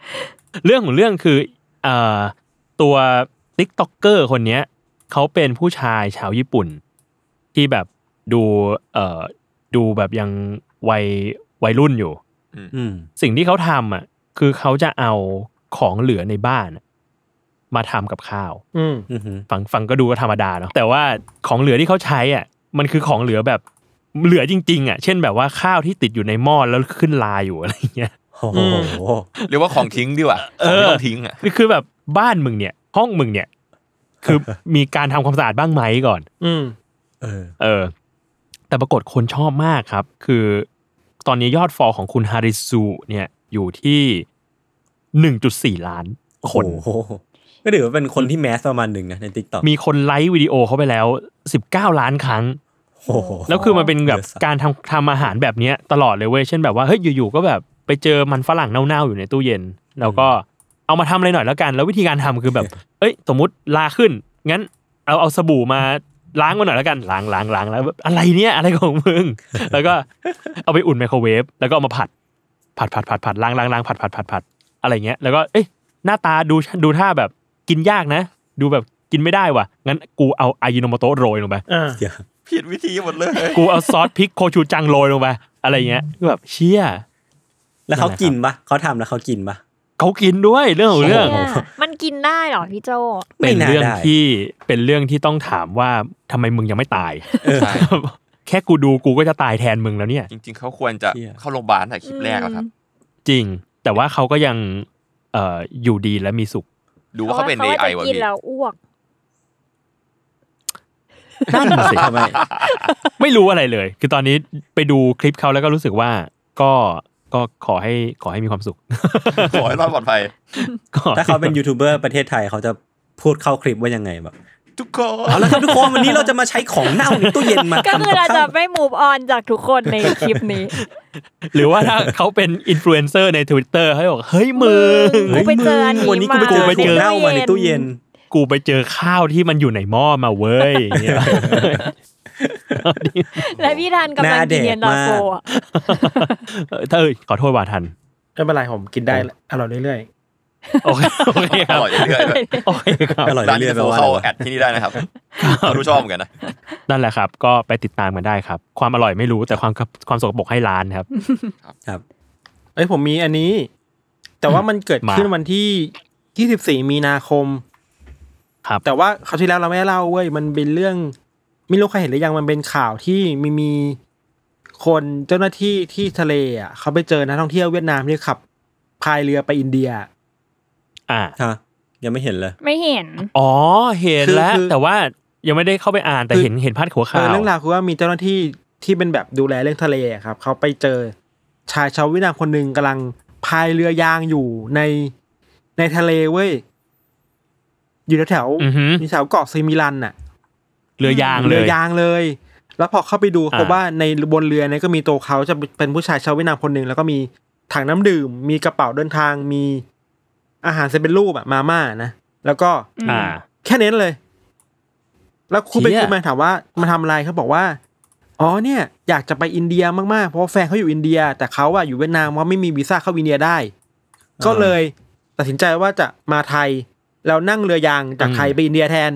[SPEAKER 1] เรื่องของเรื่องคือเอ่อตัวติ๊กต็อกเกอร์คนเนี้ยเขาเป็นผู้ชายชาวญี่ปุ่น ที่แบบดูเอ่อดูแบบยังวัยวัยรุ่นอยู่
[SPEAKER 2] อืม
[SPEAKER 1] สิ่งที่เขาทำอ่ะคือเขาจะเอาของเหลือในบ้านอะมาทำกับข้าว
[SPEAKER 3] อืม
[SPEAKER 2] อือหือ
[SPEAKER 1] ฟังฟังก็ดูว่าธรรมดาเนาะแต่ว่าของเหลือที่เขาใช้อ่ะมันคือของเหลือแบบเหลือจริง ๆอ่ะเช่นแบบว่าข้าวที่ติดอยู่ในหม้อแล้วขึ้นลาอยู่อะไรอย่างเงี้ย
[SPEAKER 2] โอ้โห
[SPEAKER 4] หรือว่าของทิ้งดีกว่าของที่ต้องทิ้งอ่ะ
[SPEAKER 1] คือคือแบบบ้านมึงเนี่ยห้องมึงเนี่ย คือ มีการทำความสะอาดบ้างไหมก่อน
[SPEAKER 3] อืม
[SPEAKER 2] เออ
[SPEAKER 1] เออ แต่ปรากฏคนชอบมากครับ คือตอนนี้ยอดฟอลของคุณฮาริซูเนี่ยอยู่ที่หนึ่งจุดสี่ล้านคน
[SPEAKER 2] โอ้โหก็ถือว่าเป็นคนที่แมสประมาณหนึ่งนะในติ๊กต็อก
[SPEAKER 1] มีคนไลค์วิดีโอเขาไปแล้วสิบเก้าล้านครั้ง
[SPEAKER 2] โอ้โห
[SPEAKER 1] แล้วคือมันเป็นแบบ
[SPEAKER 2] เยอะสัส
[SPEAKER 1] การทำทำอาหารแบบเนี้ยตลอดเลยเว้ยเช่นแบบว่าเฮ้ยอยู่ๆก็แบบไปเจอมันฝรั่งเน่าๆอยู่ในตู้เย็น แล้วก็เอามาทำอะไรหน่อยแล้วกัน แล้ววิธีการทำคือแบบ เอ้ย สมมติลาขึ้น งั้นเอาเอาสบู่มาล้างมันหน่อยแล้วกันล้างล้างล้างแล้วแบบอะไรเนี่ยอะไรของมึ ง แล้วก็เอาไปอุ่นไมโครเวฟแล้วก็เอามาผัด ผัดผัดผัดผัดล้างล้างล้างผัดผัดผัดผัดอะไรเงี้ยแล้วก็เอ้ยหน้าตาดูดูท่าแบบกินยากนะ ดูแบบกินไม่ได้ว่ะงั้นกูเอาอายิโนโมโตะโรยลงไป
[SPEAKER 3] อ่า
[SPEAKER 2] เยอะ
[SPEAKER 4] ผิดวิธีหมดเลย
[SPEAKER 1] กูเอาซอสพริกโคชูจังโรยลงไปอะไรเงี้ยคือแบบเชี่ย
[SPEAKER 2] แล้วเขากินปะเขาทำแล้วเขากินปะ
[SPEAKER 1] เขากินด้วยเรื่องของเรื่อง
[SPEAKER 5] เนี่ยมันกินได้เหรอพี่โจ
[SPEAKER 2] ไม่
[SPEAKER 1] เป็น
[SPEAKER 2] น่า
[SPEAKER 1] เรื่อง
[SPEAKER 2] ได้
[SPEAKER 1] ที่เป็นเรื่องที่ต้องถามว่าทำไมมึงยังไม่ตาย
[SPEAKER 4] ใช่
[SPEAKER 1] แค่กูดูกูก็จะตายแทนมึงแล้วเนี่ย
[SPEAKER 4] จริง ๆเขาควรจะ
[SPEAKER 2] เชี่ย
[SPEAKER 4] เข้าโรงพยาบาลแต่คลิปแรกอะครับ
[SPEAKER 1] จริง แต่ว่าเขาก็ยังเอ่ออยู่ดีและมีสุข
[SPEAKER 4] ดูว่าเขาเป็น AI
[SPEAKER 5] พ
[SPEAKER 4] วะ
[SPEAKER 5] ราะาจะกิน
[SPEAKER 4] พี่
[SPEAKER 5] แล้วอ้วก
[SPEAKER 1] นั่นสิ
[SPEAKER 2] ทำไม
[SPEAKER 1] ไม่รู้อะไรเลย คือตอนนี้ไปดูคลิปเขาแล้วก็รู้สึกว่า ก็ก็ขอให้ขอให้มีความสุข
[SPEAKER 4] ขอให้รอดปลอดภัย
[SPEAKER 1] ก็
[SPEAKER 2] ถ้าเขาเป็นยูทูบเบอร์ประเทศไทยเขาจะพูดเข้าคลิปว่ายังไงแบบ
[SPEAKER 4] ทุกคน
[SPEAKER 2] เอาละครับทุกคนวันนี้เราจะมาใช้ของเน่าในตู้เย็นมา
[SPEAKER 5] ก็คือ
[SPEAKER 2] ทำ
[SPEAKER 5] เรา
[SPEAKER 2] บข้
[SPEAKER 5] จะ
[SPEAKER 2] ว
[SPEAKER 5] ไม่ move on จากทุกคนในคลิปนี้
[SPEAKER 1] หรือว่าถ้าเขาเป็นอินฟลูเอนเซอร์ใน Twitter ให้บอกเฮ้ยมึง
[SPEAKER 5] กูไปเจออัน
[SPEAKER 2] ฮ้ยมึงวันนี้
[SPEAKER 5] นี้
[SPEAKER 2] กู
[SPEAKER 5] มา
[SPEAKER 2] ไปเจอของเน่ามาในตู้เย็น
[SPEAKER 1] กูไปเจอข้าวที่มันอยู่ในหม้อมาเว้ยอย่างเงี้ย
[SPEAKER 5] และพี่ทันกำลังกินเย็นตาโฟอ่ะ
[SPEAKER 1] ถ้า เอยขอโทษว่าทั น
[SPEAKER 3] ไม่เป็นไรผมกินได้อร่อยเรื่อย
[SPEAKER 1] โอเคโอเคค
[SPEAKER 4] อ
[SPEAKER 1] รับ
[SPEAKER 4] ร่อยเรื่อยๆด้วย
[SPEAKER 1] โอเค ครับ
[SPEAKER 2] อร่อย
[SPEAKER 4] ร้าน
[SPEAKER 2] เรื่อยๆ
[SPEAKER 4] นี้
[SPEAKER 2] แปลว่า
[SPEAKER 4] โฟเข้า
[SPEAKER 2] อะไร
[SPEAKER 4] แอดที่นี่ได้นะครับเขารู้ชอบเหมือนกันนะ
[SPEAKER 1] นั่นแหละครับ ก็ไปติดตามกันได้ครับ ความอร่อยไม่รู้แต่ความความสกปรกให้ร้านครับ
[SPEAKER 2] ครับ
[SPEAKER 3] ๆเอ้ยผมมีอันนี้ แต่ว่ามันเกิด
[SPEAKER 1] มา
[SPEAKER 3] ขึ้นวันที่ 24 มีนาคม
[SPEAKER 1] ครับ
[SPEAKER 3] แต่ว่าคราวที่แล้วเราไม่ได้เล่าเว้ยมันเป็นเรื่องไม่รู้ใครเห็นหรือยังมันเป็นข่าวที่มีมีคนเจ้าหน้าที่ที่ทะเลอ่ะเขาไปเจอนักท่องเที่ยวเวียดนามที่ขับพายเรือไปอินเดีย
[SPEAKER 1] อ่า
[SPEAKER 2] ฮะยังไม่เห็นเลย
[SPEAKER 5] ไม่เห็น
[SPEAKER 1] อ๋อเห็นแล้ว
[SPEAKER 3] คือคือ
[SPEAKER 1] แต่ว่ายังไม่ได้เข้าไปอ่านแต่
[SPEAKER 3] คือ
[SPEAKER 1] เห็นเห็นพาดหัว
[SPEAKER 3] เอ
[SPEAKER 1] ข่า
[SPEAKER 3] อ
[SPEAKER 1] ว
[SPEAKER 3] เรื่องราวคือว่ามีเจ้าหน้าที่ที่เป็นแบบดูแลเรื่องทะเลอะครับ เขาไปเจอชายชาวเวียดนามคนหนึ่งกำลังพายเรือยางอยู่ในในทะเลเว้ย อยู่แถว
[SPEAKER 1] อือหือ
[SPEAKER 3] มีแถวเกาะซีมิลันน่ะ
[SPEAKER 1] เรือยางเล
[SPEAKER 3] เรื
[SPEAKER 1] ย
[SPEAKER 3] อยางเลย แล้วพอเข้าไปดู
[SPEAKER 1] อ่า
[SPEAKER 3] พบว่าในบนเรือเนี่ยก็มีตัวเขาจะเป็นผู้ชายชาวเวียดนามคนหนึ่งแล้วก็มีถังน้ำดื่ม มีกระเป๋าเดินทางมีอาหารเซเป็นรูปอะมาม่านะแล้วก็
[SPEAKER 1] อ่า
[SPEAKER 3] แค่เน้นเลย แล้วคุณไป
[SPEAKER 1] เชี่ย
[SPEAKER 3] คุณมาถามว่ามาทำอะไรเขาบอกว่า อ๋อเนี่ย อยากจะไปอินเดียมากๆ เพราะว่าแฟนเขาอยู่อินเดีย แต่เขาอะอยู่เวียดนามเพราะไม่มีวีซ่าเข้าอินเดียได้ ก็เลยตัดสินใจว่าจะมาไทย แล้วนั่งเรือยางจากไทยไปอินเดียแทน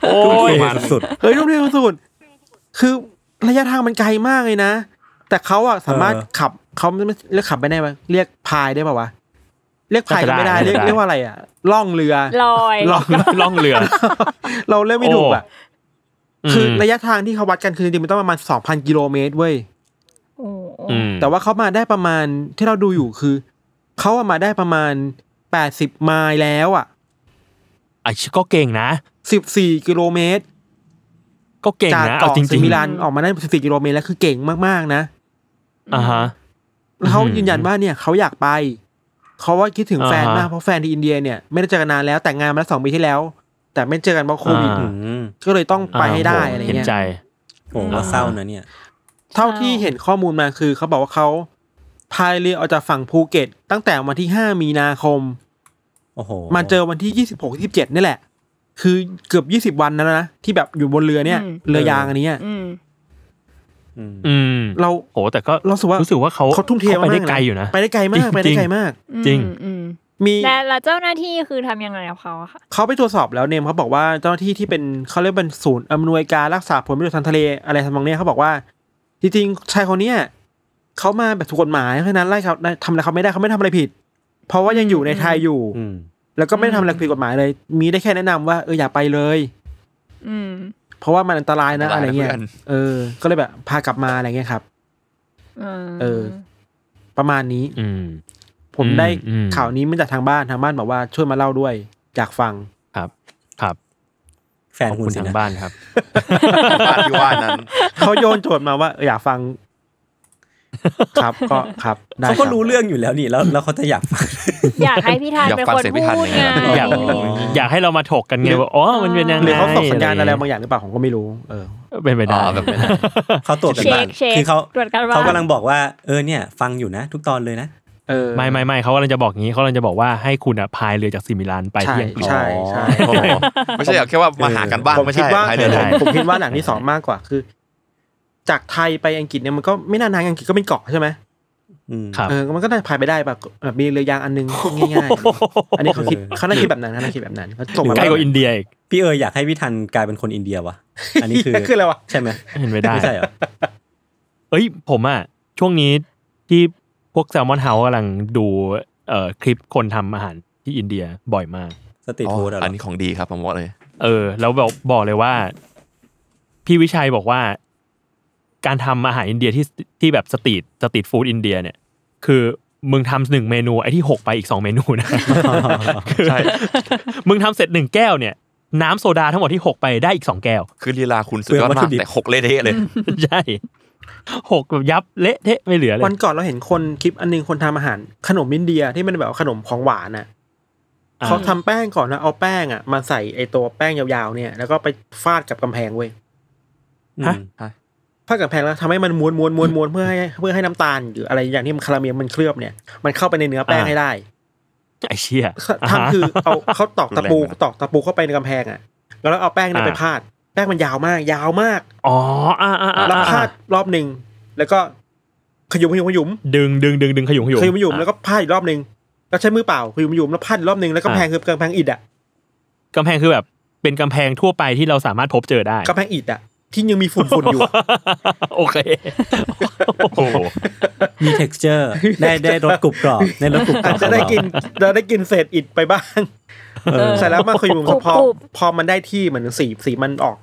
[SPEAKER 1] โอ้
[SPEAKER 2] ทุ่ม
[SPEAKER 1] ย
[SPEAKER 2] เทสุด
[SPEAKER 3] เฮ้ยรุ่มเรืองสุด คือระยะทางมันไกลมากเลยนะ แต่เขาอะสามารถ
[SPEAKER 2] เออ
[SPEAKER 3] ขับเขาไม่เรียกขับไม่ได้ปะเรียกพายได้ป่าวะเรียกพายก็ไม่ได้เรียกเรียกว่าอะไรอะล่องเรือ
[SPEAKER 5] ลอย
[SPEAKER 3] ลอย
[SPEAKER 1] ล่องเรือ
[SPEAKER 3] เราเล่นไม่ถูกอะ
[SPEAKER 1] โอ้
[SPEAKER 3] คือ
[SPEAKER 1] ม
[SPEAKER 3] ระยะทางที่เขาวัดกันคือจริงๆมันต้องประมาณ 2,000 กิโลเมตรเว้ย
[SPEAKER 5] โอ้โห
[SPEAKER 1] อืม
[SPEAKER 3] แต่ว่าเขามาได้ประมาณที่เราดูอยู่คือ เขาอะมาได้ประมาณ 80 ไมล์แล้วอ่ะ
[SPEAKER 1] ไอ้ก็เก่งนะ
[SPEAKER 3] 14 กิโลเมตร
[SPEAKER 1] ก็เก่ง
[SPEAKER 3] จาก
[SPEAKER 1] นะเอา
[SPEAKER 3] เกาะ
[SPEAKER 1] จ
[SPEAKER 3] ซิ
[SPEAKER 1] ริง
[SPEAKER 3] มิลานออกมาได้ 14 กิโลเมตรแล้วคือเก่งมากๆนะ
[SPEAKER 1] ๆอ่าฮะ
[SPEAKER 3] แล้วเขา
[SPEAKER 1] อืม
[SPEAKER 3] ยืนยันว่าเนี่ยเขาอยากไป เขาว่าคิดถึงแฟน
[SPEAKER 1] อ่าฮะ
[SPEAKER 3] มากเพราะแฟนที่อินเดียเนี่ยไม่ได้เจอกันนานแล้วแต่งงานมาแล้วสองปีที่แล้ว แต่ไม่เจอกันเพราะโควิด
[SPEAKER 1] อ่า
[SPEAKER 2] อืม
[SPEAKER 3] ก็เลยต้องไปให้ได้
[SPEAKER 1] อ่า
[SPEAKER 3] อะไร
[SPEAKER 1] เห็น
[SPEAKER 3] เงี้ย
[SPEAKER 1] ใจ
[SPEAKER 2] โอ้โหว่าเศร้านะเนี่ย
[SPEAKER 3] เท่าที่เห็นข้อมูลมาคือเขาบอกว่าเขาพายเรือออกจากฝั่งภูเก็ต ตั้งแต่วันที่ 5 มีนาคม
[SPEAKER 2] โอ้โห
[SPEAKER 3] มาเจอวันที่ 26 27นี่แหละ คือเกือบ 20 วันแล้วนะที่แบบอยู่บนเรือเนี่ย
[SPEAKER 5] อืม
[SPEAKER 3] เรือยางอันเนี้ย
[SPEAKER 5] อืม
[SPEAKER 2] อืม
[SPEAKER 1] อืม
[SPEAKER 3] เรา
[SPEAKER 1] โหแต่ก็
[SPEAKER 3] เราสึกว่า
[SPEAKER 1] รู้สึกว่าเขา
[SPEAKER 3] เขาทุ่มเท
[SPEAKER 1] ไป
[SPEAKER 3] มากๆ
[SPEAKER 1] ได้ไกลอยู่นะ
[SPEAKER 3] ไปได้ไกลมากไปได้ไกลมาก
[SPEAKER 1] จริง
[SPEAKER 5] อืม
[SPEAKER 3] มี
[SPEAKER 5] อืมและแล้วเจ้าหน้าที่คือทำยังไงกับเขาอะค่ะ
[SPEAKER 3] เขาไปตรวจสอบแล้วเนมเขาบอกว่าเจ้าหน้าที่ที่เป็นเขาเรียกเป็นศูนย์อำนวยการรักษาผลประโยชน์ทางทะเลอะไรทำนองเนี้ยเขาบอกว่า จริงๆชายคนเนี้ยเขามาแบบถูกกฎหมายเพราะฉะนั้นไล่เขาทำอะไรเขาไม่ได้เขาไม่ได้ทำอะไรผิด เพราะว่ายังอยู่ในไทยอยู่
[SPEAKER 2] อืม
[SPEAKER 3] แล้วก็ไม่ได้ทำอะไรผิดกฎหมายเลย มีได้แค่แนะนำว่าเอออย่าไปเลย
[SPEAKER 5] อืม
[SPEAKER 3] เพราะว่ามันอันตรายนะอะไรเงี้ย
[SPEAKER 4] อันตรายนะเพื่อน
[SPEAKER 3] เออ ก็เลยแบบพากลับมาอะไรเงี้ยครับ เออ ประมาณนี้
[SPEAKER 1] อืม
[SPEAKER 3] ผมได้
[SPEAKER 1] อืม
[SPEAKER 3] ข่าวนี้มาจากทางบ้านทางบ้านบอกว่าช่วยมาเล่าด้วยอยากฟัง
[SPEAKER 1] ครับ
[SPEAKER 2] แฟ
[SPEAKER 1] ข
[SPEAKER 2] น
[SPEAKER 1] อบ
[SPEAKER 2] หุ่
[SPEAKER 1] คุ
[SPEAKER 2] น
[SPEAKER 1] ณ
[SPEAKER 2] สิ
[SPEAKER 1] ทาง
[SPEAKER 2] นะ
[SPEAKER 1] บ้านครับ
[SPEAKER 4] บ้านที่ว่านั้น
[SPEAKER 3] เขาโยนโจทย์มาว่าเอออยากฟัง ครับก็ครับได้
[SPEAKER 2] เขาก็
[SPEAKER 3] คบ
[SPEAKER 2] รู้เรื่องอยู่แล้วนี่แล้วแล้วเขาจะอยากฟัง
[SPEAKER 5] อยากให้พี่ธาน
[SPEAKER 4] อยาก
[SPEAKER 5] เป็น
[SPEAKER 4] ฟัง
[SPEAKER 5] คน
[SPEAKER 4] เสียงพี่ธาน
[SPEAKER 5] พูดไง
[SPEAKER 1] อ
[SPEAKER 4] เนี่ย
[SPEAKER 1] ยากอยากให้เรามาถกกันไงว่าอ๋อมันเป็นยังไง
[SPEAKER 3] หรือเขาส่งสัญญาณอะไรบางอย่างหรือเปล่าผมก็ไม่รู้ เออ
[SPEAKER 1] เป็นไปได้
[SPEAKER 4] อ่าแบบนั้น
[SPEAKER 2] เขาตรวจกัน
[SPEAKER 5] เช็
[SPEAKER 2] บ้า
[SPEAKER 5] คน เช็ค
[SPEAKER 2] คือเขา
[SPEAKER 5] ตรวจการบ้าน
[SPEAKER 2] เขากำลังบอกว่าเออเนี่ย ฟังอยู่นะ ทุกตอนเลยนะ
[SPEAKER 3] เออ
[SPEAKER 1] ไม่ไม่ไม่เขากำลังจะบอกงี้เขากำลังจะบอกว่าให้คุณอะพายเรือจากซิมิลานไป
[SPEAKER 3] ใช่
[SPEAKER 1] ที่อังกฤษ
[SPEAKER 3] ใช่ใช่
[SPEAKER 4] โอ้โหไม่ใช่แค่ว่ามาหากันบ้าน
[SPEAKER 3] ผม
[SPEAKER 4] ไม่
[SPEAKER 3] คิด
[SPEAKER 4] ใช่
[SPEAKER 3] ว่า
[SPEAKER 4] ภาย
[SPEAKER 3] เอ
[SPEAKER 4] ใน
[SPEAKER 3] อ
[SPEAKER 4] โล
[SPEAKER 3] ผ
[SPEAKER 4] ก
[SPEAKER 3] มผมคิดว่าหลังที่สองมากกว่าคือ จากไทยไปอังกฤษเนี่ยมันก็ไม่นานนานอังกฤษก็เป็นเกาะใช่ไหม
[SPEAKER 2] อืม
[SPEAKER 1] ครับ
[SPEAKER 3] เออมันก็ได้พายไปได้แบบแบบมีเรือยางอันนึงง่ายๆอันนี้เขาคิด
[SPEAKER 2] เออ
[SPEAKER 3] เขาน่าคิดแบบนั้นเขาน่าคิดแบบนั้นเขาส่งมา
[SPEAKER 1] ใกล้กว่าอินเดียอีก
[SPEAKER 2] พี่เอออยากให้พี่ทันกลายเป็นคนอินเดียวะอันนี้คือ
[SPEAKER 3] คืออะไรวะ
[SPEAKER 2] ใช่ไหม
[SPEAKER 1] เห็นไปได้
[SPEAKER 2] ไม่ใช่เหรอ
[SPEAKER 1] เอ้ยผมอะช่วงนี้ที่พวกแซลมอนเฮาส์กำลังดูเอ่อคลิปคนทำอาหารที่อินเดียบ่อยมาก
[SPEAKER 2] สตรีทฟู้ดเหรอ
[SPEAKER 4] อั
[SPEAKER 2] อั
[SPEAKER 4] นนี้ของดีครับผมบอกเลย
[SPEAKER 1] เออ แล้วบอกบอกเลยว่า พี่วิชัยบอกว่า การทำอาหารอินเดียที่ที่แบบสตรีทสตรีทฟู้ดอินเดียเนี่ย คือมึงทำหนึ่งเมนูไอ้ที่หกไปอีกสองเมนู นะ
[SPEAKER 4] ใช่
[SPEAKER 1] มึงทำเสร็จหนึ่งแก้วเนี่ย น้ำโซดาทั้งหมดที่หกไปได้อีกสองแก้ว
[SPEAKER 4] คือลีลาคุณสุดยอดมากแต่หกเละเทะเลย
[SPEAKER 1] ใช่หกแบบยับเละเทะไม่เหลือเล
[SPEAKER 3] วัน
[SPEAKER 1] ย
[SPEAKER 3] ก่อนเราเห็นคนคลิปอันนึงคนทำอาหาร ขนมอินเดียที่มันแบบว่าขนมของหวานอ่ะ
[SPEAKER 1] อ่
[SPEAKER 3] เขาทำแป้งก่อนแล้วเอาแป้งอ่ะมาใส่ไอตัวแป้งยาวๆเนี่ย แล้วก็ไปฟาดกับกำแพงเว้ย
[SPEAKER 2] อืม
[SPEAKER 1] ฮะ
[SPEAKER 3] ฟาดกับกำแพงแล้วทำให้มันม้วนม้วนม้วนม้วนเพื่อให้เพื่อให้น้ำตาลหรืออะไรอย่างที่มันคาราเมลมันเคลือบเนี่ย มันเข้าไปในเนื้อแป้ง
[SPEAKER 1] อ่า
[SPEAKER 3] ให้ได้
[SPEAKER 1] ไอ้เชี่ย
[SPEAKER 3] ทำคือเอาเขาตอกตะปู
[SPEAKER 4] แรงมาก
[SPEAKER 3] ตอกตะปูเข้าไปในกำแพงอ่ะแล้วเอาแป้งนั้นไปพาด แป้งมันยาวมาก ยาวมาก
[SPEAKER 1] อ๋ออ่าอ่าอ่า
[SPEAKER 3] แล้วพาดรอบหนึ่งแล้วก็ขยุมขยุมขยุม
[SPEAKER 1] ดึงดึงดึงดึงขยุงขยุง
[SPEAKER 3] ขยุมขยุมแล้วก็พาดอีกรอบหนึ่งแล้วใช้มือเปล่าขยุมขยุมแล้วพาดอีกรอบหนึ่งแล้วกำแพงคือกำแพงอิฐอ่ะ
[SPEAKER 1] กำแพงคือแบบ เป็นกำแพงทั่วไปที่เราสามารถพบเจอได้
[SPEAKER 3] กำแพงอิฐอ่ะที่ยังมีฝุ่นฝุ่นๆอยู่อะ
[SPEAKER 1] โอเคโอ้โห
[SPEAKER 2] มี texture ได้ได้รสกรุบกรอบได้รสกรุบกร
[SPEAKER 3] อา
[SPEAKER 2] อ
[SPEAKER 3] จ
[SPEAKER 2] บ
[SPEAKER 3] จะได้กินจะได้กินเศษอิฐไปบ้าง
[SPEAKER 2] เออ
[SPEAKER 3] เสร็จแล้วมาขยุม
[SPEAKER 5] กรุบ
[SPEAKER 3] พอก
[SPEAKER 5] รุบ
[SPEAKER 3] พอมันได้ที่เหมือนสีสีมันออก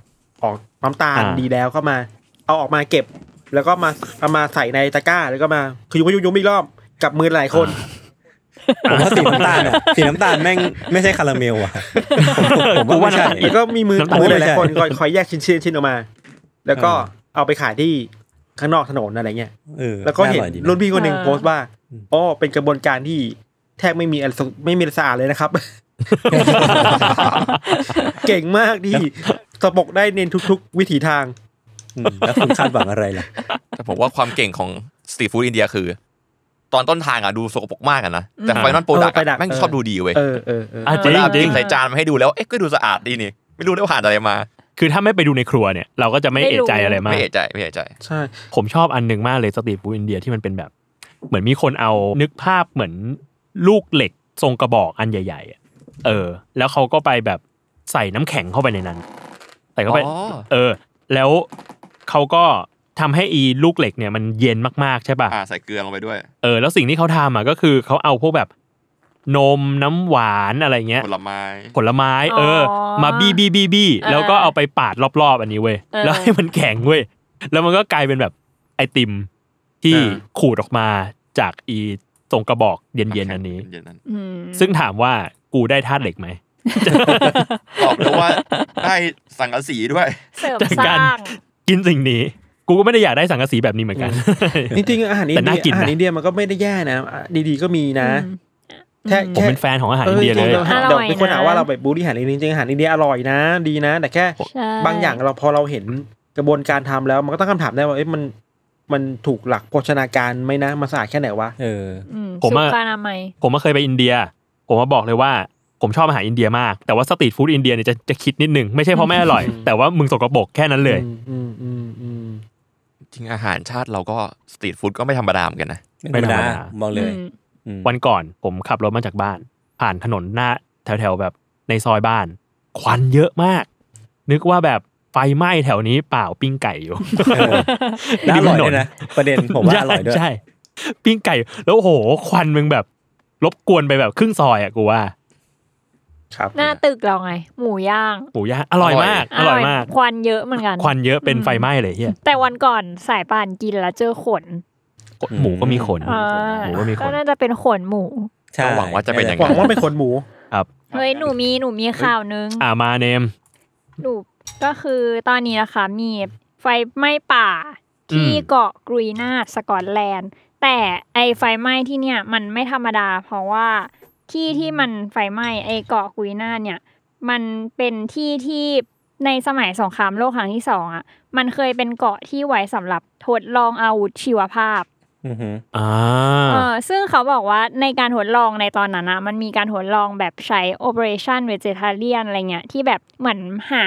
[SPEAKER 3] ออกน้ำตาลดีแล้วก็มา เอาออกมาเก็บ แล้วก็มาเอามาใส่ในตะกร้าแล้วก็มาขยุมขยุมขยุมอีกรอบกับมือหลายคน
[SPEAKER 2] ผมว่าสีน้ำตาลอ่ะสีน้ำตาลแม่งไม่ใช่คาราเมลว่ะผมผมผม
[SPEAKER 3] กู
[SPEAKER 2] ว่า
[SPEAKER 3] ว่า
[SPEAKER 2] ไม่ใช่
[SPEAKER 3] น้ำตาลแล้วก็มีมือ
[SPEAKER 2] น้ำตาล
[SPEAKER 3] มือห
[SPEAKER 2] ไม่
[SPEAKER 3] ลาย
[SPEAKER 2] ใช่
[SPEAKER 3] ๆคนคอยคอยแยกชิ้นชิ้นชิ้นออกมา แล้วก็เอาไปขายที่ข้างนอกถนนอะไรเงี้ย
[SPEAKER 2] เออ
[SPEAKER 3] แล้วก็เห็น
[SPEAKER 2] าอร่อยดีะ
[SPEAKER 3] รุ่นพี่คนหนึ่ง
[SPEAKER 5] อ่า
[SPEAKER 3] โพสต์ว่าอ๋อเป็นกระบวนการที่แทบไม่มีอะไรสกไม่มีอะไรสะอาดเลยนะครับ เก่งมากที่สะบกได้เน้นทุกๆ วิถีทาง
[SPEAKER 2] อืมแล้วคุณคาดหวังอะไรล่ะ
[SPEAKER 4] แต่ผมว่าความเก่งของสตรีทฟู้ดอินเดียคือ ตอนต้นทางอ่ะดูสกปรกมากอ่ะนะ แต่ไฟนอลโปรดัก
[SPEAKER 3] เออ product
[SPEAKER 4] แม่ง
[SPEAKER 3] เออ
[SPEAKER 4] ชอบดูดีเว้ย
[SPEAKER 3] เออเออเออ
[SPEAKER 1] อ่ะจริง
[SPEAKER 4] แล้ว
[SPEAKER 1] จริง
[SPEAKER 4] ใส่จานมาให้ดูแล้ว เอ๊ะก็ดูสะอาดดีนี่ ไม่รู้ได้ผ่านอะไรมา
[SPEAKER 1] คือถ้าไม่ไปดูในครัวเนี่ย เราก็จะไม่เอะใจอะไรมา
[SPEAKER 4] ไม่
[SPEAKER 1] ก
[SPEAKER 4] เอะใจไม่เอะใจ
[SPEAKER 3] ใช่
[SPEAKER 1] ผมชอบอันหนึ่งมากเลยสตรีทฟู้ดอินเดียที่มันเป็นแบบ เหมือนมีคนเอานึกภาพเหมือนลูกเหล็กทรงกระบอกอันใหญ่ๆอะเออ แล้วเขาก็ไปแบบใส่น้ำแข็งเข้าไปในนั้นใส่เข้าไป
[SPEAKER 4] อ๋อ
[SPEAKER 1] เออ แล้วเขาก็ทำให้อีลูกเหล็กเนี่ยมันเย็นมากๆใช่ป่ะ
[SPEAKER 4] อ่าใส่เกลือลงไปด้วย
[SPEAKER 1] เออ แล้วสิ่งที่เขาทำอ่ะก็คือเขาเอาพวกแบบนมน้ำหวานอะไรเงี้ย
[SPEAKER 4] ผลไม้
[SPEAKER 1] ผลไม้ เออ
[SPEAKER 5] อ๋อ
[SPEAKER 1] มาบี้บี้บี้บี้
[SPEAKER 5] เออ
[SPEAKER 1] แล้วก็เอาไปปาดรอบๆ อันนี้เว้ย
[SPEAKER 5] เออ
[SPEAKER 1] แล้วให้มันแข็งเว้ยแล้วมันก็กลายเป็นแบบไอติมที่ขูดออกมาจากอี ส่งกระบอกเย็นๆอันนี้
[SPEAKER 4] เย็นๆนั้น
[SPEAKER 5] อืม
[SPEAKER 1] ซึ่งถามว่ากูได้ธาตุเหล็กไหม
[SPEAKER 4] ตอบเลยว่า ได้สังกะสีด้วย
[SPEAKER 5] เสริม
[SPEAKER 1] จาก
[SPEAKER 5] ส
[SPEAKER 1] การ
[SPEAKER 5] ร้าง
[SPEAKER 1] กินสิ่งนี้ กูก็ไม่ได้อยากได้สังกะสีแบบนี้เหมือนกัน
[SPEAKER 3] จริงๆอาหารอิน
[SPEAKER 1] แต่
[SPEAKER 3] เดี
[SPEAKER 1] น่ายกินนะ
[SPEAKER 3] อาหารอินเดียมันก็ไม่ได้แย่นะอ่ะดีๆก็มีนะ
[SPEAKER 5] อืม
[SPEAKER 3] แค่
[SPEAKER 1] ผม
[SPEAKER 3] แค่
[SPEAKER 1] เป็นแฟนของอาหารอินเดีย
[SPEAKER 3] จ
[SPEAKER 1] เล
[SPEAKER 3] ริง
[SPEAKER 1] ย
[SPEAKER 3] ๆ
[SPEAKER 5] อร่
[SPEAKER 3] เดี๋ยว
[SPEAKER 5] อยนะ
[SPEAKER 3] มีคนหาว่าเราไปบูลลี่อาหารอินเดียจริงๆอาหารอินเดียอร่อยนะ ดีนะ แต่แค่
[SPEAKER 5] ใช่
[SPEAKER 3] บางอย่างเราพอเราเห็นกระบวนการทำแล้วมันก็ตั้งคำถามได้ว่าเอ๊ะมันมันถูกหลักโภชนาการไหมนะมาสะอาดแค่ไหนวะ
[SPEAKER 2] เออ
[SPEAKER 5] อืม
[SPEAKER 1] ผมอะ
[SPEAKER 5] สุขอนามัย
[SPEAKER 1] ผมมาเคยไปอินเดีย ผมมาบอกเลยว่า ผมชอบอาหารอินเดียมาก แต่ว่าสตรีทฟู้ดอินเดียเนี่ยจะจะคิดนิดนึง ไม่ใช่เพราะไม่อร่อย
[SPEAKER 3] อืม
[SPEAKER 1] แต่ว่ามึงสกปรกแค่นั้นเลย
[SPEAKER 3] อืมอืมอืม
[SPEAKER 4] จริงอาหารชาติเราก็สตรีทฟู้ดก็ไม่ธรรมดาเหมือนกันนะ
[SPEAKER 2] ไม่ธรรมดา
[SPEAKER 1] ไม่ธรรมดา
[SPEAKER 2] มองเลยอืม
[SPEAKER 1] วันก่อนผมขับรถมาจากบ้าน ผ่านถนนหน้าแถวๆแบบในซอยบ้าน ควันเยอะมาก นึกว่าแบบไฟไหม้แถวนี้เปล่าปิ้งไก่อยู่
[SPEAKER 2] เออ แล้วอร่อยด้วยนะ ประเด็นผมว่าอร่อยด้วย
[SPEAKER 1] ใช่ใช่ปิ้งไก่ แล้วโอ้โห ควันมึงแบบรบกวนไปแบบครึ่งซอยอ่ะกูว่า
[SPEAKER 3] ครับ
[SPEAKER 5] หน้าตึกเราไง หมูย่าง
[SPEAKER 1] หมูย่างอร่อยมาก อร่อยมาก
[SPEAKER 5] ควันเยอะเหมือนกัน
[SPEAKER 1] ควันเยอะเป็นไฟไหม้เลยเฮีย
[SPEAKER 5] แต่วันก่อนสายป่านกินแล้วเจอขน
[SPEAKER 2] อืม
[SPEAKER 1] หมูก็มีขน
[SPEAKER 5] อ่า
[SPEAKER 1] หมูก็มีข
[SPEAKER 5] ก็
[SPEAKER 1] น
[SPEAKER 5] น่าจะเป็นขนหมู
[SPEAKER 2] ใช่
[SPEAKER 4] ก็หวังว่าจะเป็นอย่าง
[SPEAKER 3] ห
[SPEAKER 4] นั้
[SPEAKER 3] วัน งว่าเป็นคนหมู
[SPEAKER 5] เฮ้ยหนูมีหนูมีข่าวนึง
[SPEAKER 1] อ่ามาเนม
[SPEAKER 5] หนูก็คือตอนนี้นะคะมีไฟไหม้ป่าที่
[SPEAKER 1] อืม
[SPEAKER 5] เกาะกรีนาดสกอตแลนด์ แต่ไอไฟไหม้ที่เนี่ยมันไม่ธรรมดา เพราะว่าที่ที่มันไฟไหม้ไอเกาะกรีนาดเนี่ย มันเป็นที่ที่ในสมัยสงครามโลกครั้งที่สองอ่ะมันเคยเป็นเกาะที่ไว้สำหรับทดลองอาวุธชีวภาพ
[SPEAKER 2] อือหือ
[SPEAKER 1] อ่า
[SPEAKER 5] เออซึ่งเขาบอกว่าในการทดลองในตอนนั้นนะมันมีการทดลองแบบใช้ operation vegetarian อะไรเงี้ยที่แบบเหมือนหา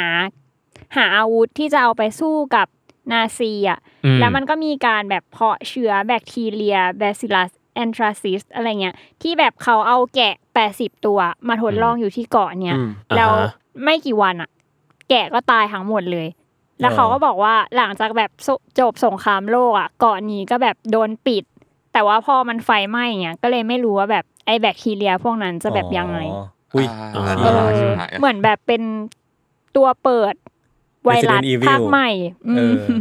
[SPEAKER 5] หาอาวุธที่จะเอาไปสู้กับนาซีอ่ะแล้วมันก็มีการแบบเพาะเชื้อแบคทีเรีย bacillus anthracis อะไรเงี้ยที่แบบเขาเอาแกะ 80 ตัวมาทดลองอยู่ที่เกาะเนี่ย
[SPEAKER 3] อืม
[SPEAKER 5] แล้วไม่กี่วันอะแกะก็ตายทั้งหมดเลย แล้ว
[SPEAKER 2] เออ
[SPEAKER 5] เขาก็บอกว่าหลังจากแบบสจบสงครามโลกอะเกาะนี้ก็แบบโดนปิด แต่ว่าพอมันไฟไหม้เงี้ยก็เลยไม่รู้ว่าแบบไอ้แบคทีเรียพวกนั้นจะแบบยังไง
[SPEAKER 2] อ๋ออุ้ย
[SPEAKER 4] อ่า
[SPEAKER 5] เออ
[SPEAKER 4] ชิบหายอะ
[SPEAKER 5] เหมือนแบบเป็นตัวเปิดไวรัส
[SPEAKER 2] Resident Evil
[SPEAKER 5] ภาคใหม่อื
[SPEAKER 2] เอ
[SPEAKER 5] ม
[SPEAKER 2] อ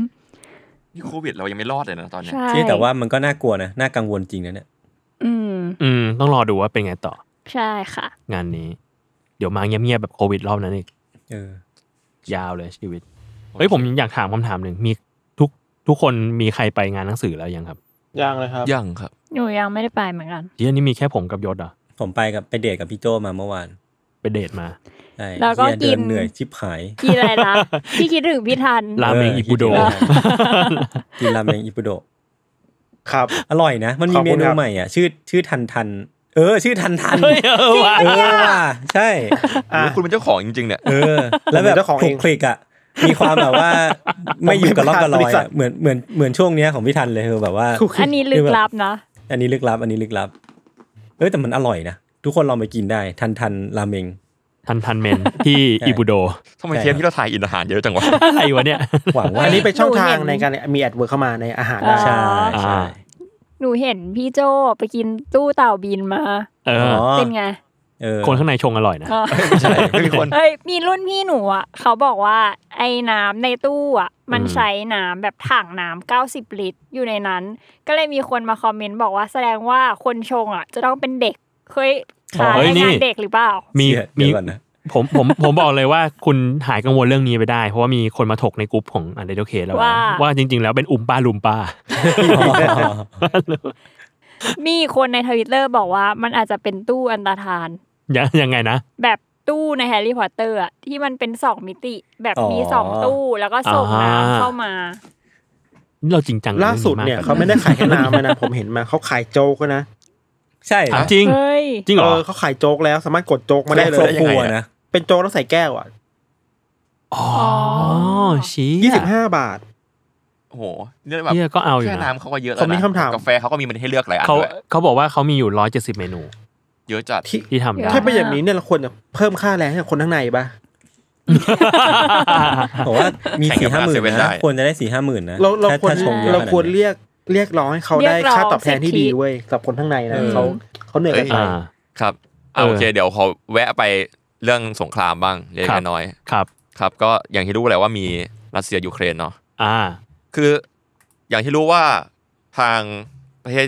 [SPEAKER 4] นี่โควิดเรายังไม่รอดเลยนะตอนเนี้ย
[SPEAKER 5] ใช่
[SPEAKER 2] ที่แต่ว่ามันก็น่ากลัวนะ น่ากังวลจริงนะเนี่ย
[SPEAKER 5] อืม
[SPEAKER 1] อืมต้องรอดูว่าเป็นไงต่อ
[SPEAKER 5] ใช่ค่ะ
[SPEAKER 1] งานนี้ เดี๋ยวมาเงียบๆแบบโควิดรอบนั้นอีก
[SPEAKER 2] เออ
[SPEAKER 1] ยาวเลยชีวิต เฮ้ยผมอยากถามคำถามหนึ่งมีทุกทุกคนมีใครไปงานหนังสือแล้วยังครับ
[SPEAKER 3] ยางเลยครับ
[SPEAKER 4] ยังครับ
[SPEAKER 5] หนูยังไม่ได้ไปเหมือนกัน
[SPEAKER 1] ที่อันนี้มีแค่ผมกับยศเหรอ่ะ
[SPEAKER 2] ผมไปกับไปเดทกับพี่โจมาเมื่อวาน
[SPEAKER 1] ไปเดทมา
[SPEAKER 2] ใช่
[SPEAKER 5] แล้วก็
[SPEAKER 2] เหี้ยเดิ
[SPEAKER 5] กิน
[SPEAKER 2] เหนื่อยชิบหาย
[SPEAKER 5] พี่อะไรนะพี่คิดถึงพี่ทัน
[SPEAKER 1] ราเมงอิปุโด
[SPEAKER 2] เกินราเมงอิปุโด
[SPEAKER 3] ครับ
[SPEAKER 2] อร่อยนะ มันมี
[SPEAKER 3] ขอบ
[SPEAKER 2] เม
[SPEAKER 3] คุณ
[SPEAKER 2] นู
[SPEAKER 3] ครับ
[SPEAKER 2] ใหม่อ่ะ ชื่อชื่อทันทัน เออ ชื่อทันทัน
[SPEAKER 1] เฮ้ยเออว่ะ
[SPEAKER 2] เออว่ะใช่
[SPEAKER 3] อ่ะ
[SPEAKER 4] โอ้โหคุณเป็นเจ้าของจริงๆเนี่ย
[SPEAKER 2] เออ แล้วแบ
[SPEAKER 3] ผม
[SPEAKER 2] บ
[SPEAKER 3] เป็นเจ้าของ
[SPEAKER 2] ค
[SPEAKER 3] เอ
[SPEAKER 2] ลุ
[SPEAKER 3] ง
[SPEAKER 2] กคลิกอ่ะ มีความแบบว่า ไม่อยู่กับล่องกับล
[SPEAKER 3] ผม
[SPEAKER 2] อ
[SPEAKER 3] เป็
[SPEAKER 2] ย
[SPEAKER 3] นประธานบริษัท
[SPEAKER 2] อะเหมือนเหมือนเหมือนช่วงเนี้ยของพี่ทันเลยคือแบบว่า
[SPEAKER 5] อันนี้ลึกลับนะ
[SPEAKER 2] อันนี้ลึกลับ อันนี้ลึกลับ เอ้ยแต่มันอร่อยนะ ทุกคนลองไปกินได้ ทันทันราเมง
[SPEAKER 1] ทันทันเมนที่
[SPEAKER 2] ใช่
[SPEAKER 1] อิบุโด
[SPEAKER 4] ทำไมเทปที่เราถ่ายอินอาหารเยอะจังวะ
[SPEAKER 1] อะไรวะเนี่ย
[SPEAKER 2] หวังว่า
[SPEAKER 3] อันนี้เป็นช่องทาง
[SPEAKER 5] หนูเห็น
[SPEAKER 3] ในการมีแอดเวิร์เข้ามาในอาหาร
[SPEAKER 5] อ๋อ
[SPEAKER 3] ได้
[SPEAKER 2] ใช่ใช่
[SPEAKER 1] อ่า
[SPEAKER 5] หนูเห็นพี่โจไปกินตู้เต่าบินมา
[SPEAKER 1] เอ
[SPEAKER 2] อ๋
[SPEAKER 1] อ
[SPEAKER 2] อ
[SPEAKER 5] เป็นไง
[SPEAKER 2] เออ
[SPEAKER 1] คนข้างในชงอร่อยนะ
[SPEAKER 5] อ๋อ
[SPEAKER 4] ใช่ไม่มีคน
[SPEAKER 5] เฮ้ยมีรุ่นพี่หนูอ่ะ เขาบอกว่าไอ้น้ำในตู้อ่ะ มัน
[SPEAKER 1] อืม
[SPEAKER 5] ใช้น้ำแบบถังน้ำ90 ลิตรอยู่ในนั้น ก็เลยมีคนมาคอมเมนต์บอกว่าแสดงว่าคนชงอ่ะ จะต้องเป็นเด็กเคยขาย
[SPEAKER 1] เฮ้ย
[SPEAKER 5] ให้
[SPEAKER 1] นี่
[SPEAKER 5] งานเด็กหรือเปล่า
[SPEAKER 1] มี
[SPEAKER 2] เชี่ย
[SPEAKER 1] มี
[SPEAKER 2] เดี๋ยวก่อนนะ
[SPEAKER 1] ผมผมผมบอกเลยว่าคุณหายกังวลเรื่องนี้ไปได้ เพราะว่ามีคนมาถกในกลุ่มของอันเดอร์เคแล้วนะ
[SPEAKER 5] ว่า
[SPEAKER 1] ว่าจริง ๆ แล้วเป็นอุมป้าลุมป้า
[SPEAKER 5] มีคนในทวิตเตอร์บอกว่ามันอาจจะเป็นตู้อันตรธาน
[SPEAKER 1] ยังยังไงนะ
[SPEAKER 5] แบบตู้ในแฮร์รี่พอตเตอร์อะที่มันเป็นสองมิติ แบบมี
[SPEAKER 2] อ๋อ
[SPEAKER 5] สองตู้แล้วก็ส่งน้ำเข้ามา
[SPEAKER 1] นี่เราจริงจังกับ
[SPEAKER 3] ล่าสุด
[SPEAKER 1] รื่อง
[SPEAKER 3] เนี่ย
[SPEAKER 1] มก
[SPEAKER 3] เขาไม่ได้ขายแค่น้ำแล้วนะ ผมเห็นมาเขาขายโจ๊กแล้วนะ
[SPEAKER 2] ใช่
[SPEAKER 1] ถามจริง
[SPEAKER 5] เฮ้ย
[SPEAKER 1] จริงเหรอ
[SPEAKER 3] เขาขายโจ๊กแล้วสามารถกดโจ๊กมา
[SPEAKER 2] มา
[SPEAKER 3] ได้
[SPEAKER 2] ได้
[SPEAKER 3] เล
[SPEAKER 2] ครอย บครัวนะ
[SPEAKER 3] เป็นโจ๊กแล้วใส่แก้วอ่ะ
[SPEAKER 1] อ๋อชี้
[SPEAKER 3] ยี่สิบห้าบาท
[SPEAKER 4] โอ้โหเนี่ยแบบ
[SPEAKER 1] เหี้ยก็เอาอยู่
[SPEAKER 4] แค่
[SPEAKER 1] นะ
[SPEAKER 4] น้ำเขาก็เยอะแล้
[SPEAKER 3] ผ
[SPEAKER 4] ว
[SPEAKER 3] ม
[SPEAKER 4] นะ
[SPEAKER 3] มีคำถาม
[SPEAKER 4] กาแฟเขาก็มีมันให้เลือกหลายอัน
[SPEAKER 1] เขา
[SPEAKER 4] ด้วย
[SPEAKER 1] เขาบอกว่าเขามีอยู่ร้อยเจ็ดสิบเมนู
[SPEAKER 4] เยอะจัด
[SPEAKER 3] ที่
[SPEAKER 1] ที่ทำได้
[SPEAKER 3] ถ้าเป็นอย่างนี้เนี่ยเราควรจะเพิ่มค่าแรงให้กับคนข้างในปะ
[SPEAKER 2] ผมว่ามีสี่ห้าหมื่นนะควรจะได้สี่ห้าหมื่นนะ
[SPEAKER 3] เราเรา
[SPEAKER 2] ถ้
[SPEAKER 3] ควร
[SPEAKER 2] ถ้ชงยอะ
[SPEAKER 3] เราควร
[SPEAKER 2] ขนดนี้
[SPEAKER 3] เรียกเรียกร้องให้เขาได้
[SPEAKER 5] เรียกร้อง
[SPEAKER 3] ค่าตอบแทนที่
[SPEAKER 5] สิทธิ
[SPEAKER 3] ดีเว้ยกับคนข้างในนะ
[SPEAKER 2] เออ
[SPEAKER 3] เขาเขาเหนื่อยกันไป
[SPEAKER 1] อ่า
[SPEAKER 4] ครับเอา
[SPEAKER 1] เออ
[SPEAKER 4] โอเคเดี๋ยวขอแวะไปเรื่องสงครามบ้างเล็ก
[SPEAKER 1] ครับ
[SPEAKER 4] น้อย
[SPEAKER 1] ครับ
[SPEAKER 4] ครับ ก็อย่างที่รู้แหละว่ามีรัสเซียยูเครนเนาะ
[SPEAKER 1] อ่า
[SPEAKER 4] คืออย่างที่รู้ว่าทางประเทศ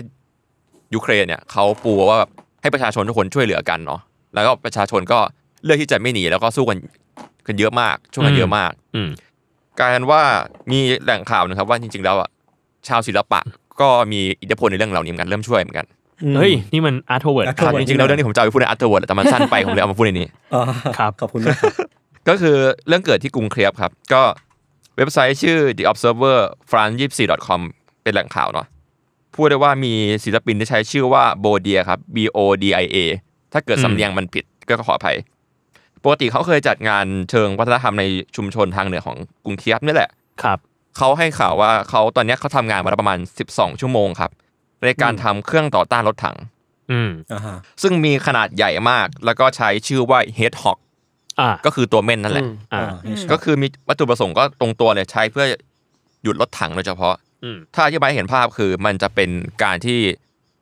[SPEAKER 4] ยูเครนเนี่ยเขาปูว่าแบบให้ประชาชนทุกคนช่วยเหลือกันเนาะแล้วก็ประชาชนก็เลือกที่จะไม่หนีแล้วก็สู้กันกันเยอะมากช่วยกันเยอะมาก
[SPEAKER 1] อืม
[SPEAKER 4] กลายเป็นว่ามีแหล่งข่าวนะครับว่าจริงๆแล้วอ่ะชาวศิลปะก็มีอิทธิพลในเรื่องเหล่านี้เหมือนกันเริ่มช่วยเหมือนกัน
[SPEAKER 2] อืม
[SPEAKER 1] เฮ้ย นี่มันอาร์ทเวิร์ด
[SPEAKER 2] Art
[SPEAKER 4] ครับ
[SPEAKER 2] Forward
[SPEAKER 4] จริงๆแล้วเรื่องนี้ผมจะเอาไปพูดในอัตเตอร์วแต่มันสั้นไป ผมเลยเอามาพูดในนี้
[SPEAKER 2] อ๋อ
[SPEAKER 1] ครับ
[SPEAKER 2] ขอบคุณมากครับ
[SPEAKER 4] ก็คือเรื่องเกิดที่กรุงเคียฟครับ ก็เว็บไซต์ชื่อ the observer france 24 com เป็นแหล่งข่าวเนาะพูดได้ว่ามีศิลปินที่ใช้ชื่อว่าโบเดียครับ B O D I A ถ้าเกิด
[SPEAKER 1] อืม
[SPEAKER 4] สำเนียงมันผิดก็ขออภัย ปกติเขาเคยจัดงานเชิงวัฒนธรรมในชุมชนทางเหนือของกรุงเคียฟนี่แหละ
[SPEAKER 1] ครับ
[SPEAKER 4] เขาให้ข่าวว่าเขาตอนเนี้ยเขาทำงานมาแล้วประมาณ 12 ชั่วโมงครับ ในการทำเครื่องต่อต้านรถถัง
[SPEAKER 1] อืม
[SPEAKER 2] อ่าฮะ
[SPEAKER 4] ซึ่งมีขนาดใหญ่มาก แล้วก็ใช้ชื่อว่า Hedgehog
[SPEAKER 1] อ่า
[SPEAKER 4] ก็คือตัวเม่นนั่นแหละ
[SPEAKER 3] อืม
[SPEAKER 1] อ่า
[SPEAKER 2] อ่า
[SPEAKER 4] ก็คือมีวัตถุประสงค์ก็ตรงตัวเลยใช้เพื่อหยุดรถถังโดยเฉพาะ
[SPEAKER 1] อืม
[SPEAKER 4] ถ้าอธิบายให้เห็นภาพคือมันจะเป็นการที่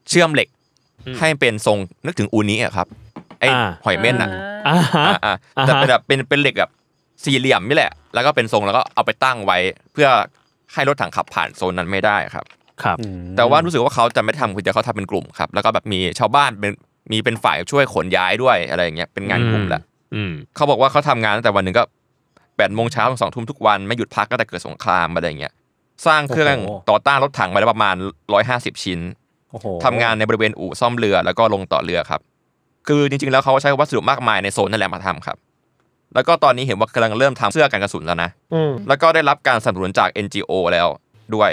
[SPEAKER 4] เชื่อมเหล็ก
[SPEAKER 1] อืม
[SPEAKER 4] ให้เป็นทรงนึกถึงอูนิอะครับไอ้
[SPEAKER 1] อ่า
[SPEAKER 4] หอยเม่นอะ
[SPEAKER 1] อ่าฮะ
[SPEAKER 4] อ่า
[SPEAKER 1] อ่า
[SPEAKER 4] ๆแต่เป็นแบบเป็นเป็นเหล็กแบบสี่เหลี่ยมนี่แหละ แล้วก็เป็นทรงแล้วก็เอาไปตั้งไว้ เพื่อให้รถถังขับผ่านโซนนั้นไม่ได้ครับ
[SPEAKER 1] ครับ
[SPEAKER 4] แต่ว่ารู้สึกว่าเขาจะไม่ทำคนเดียวเขาทำเป็นกลุ่มครับ แล้วก็แบบมีชาวบ้านเป็นมีเป็นฝ่ายช่วยขนย้ายด้วยอะไรอย่างเงี้ยเป็นงานกลุ่มแหละ
[SPEAKER 1] อืม
[SPEAKER 4] เขาบอกว่าเขาทำงานตั้งแต่วันหนึ่งก็แปดโมงเช้าถึงสองทุ่มทุกวันไม่หยุดพักก็แต่เกิดสงครามอะไรอย่างเงี้ยสร้างเครื่อง
[SPEAKER 2] โอ้โห
[SPEAKER 4] ต่อต้านรถถังมาแล้วประมาณ 150 ชิ้น
[SPEAKER 2] โอ้โห
[SPEAKER 4] ทำงานในบริเวณอู่ซ่อมเรือแล้วก็ลงต่อเรือครับ คือจริงๆแล้วเขาใช้วัสดุมากมายในโซนนั่นแหละมาทำครับ แล้วก็ตอนนี้เห็นว่ากำลังเริ่มทำเสื้อกันกระสุนแล้วนะ
[SPEAKER 3] อืม
[SPEAKER 4] แล้วก็ได้รับการสนับสนุนจาก NGO แล้วด้วย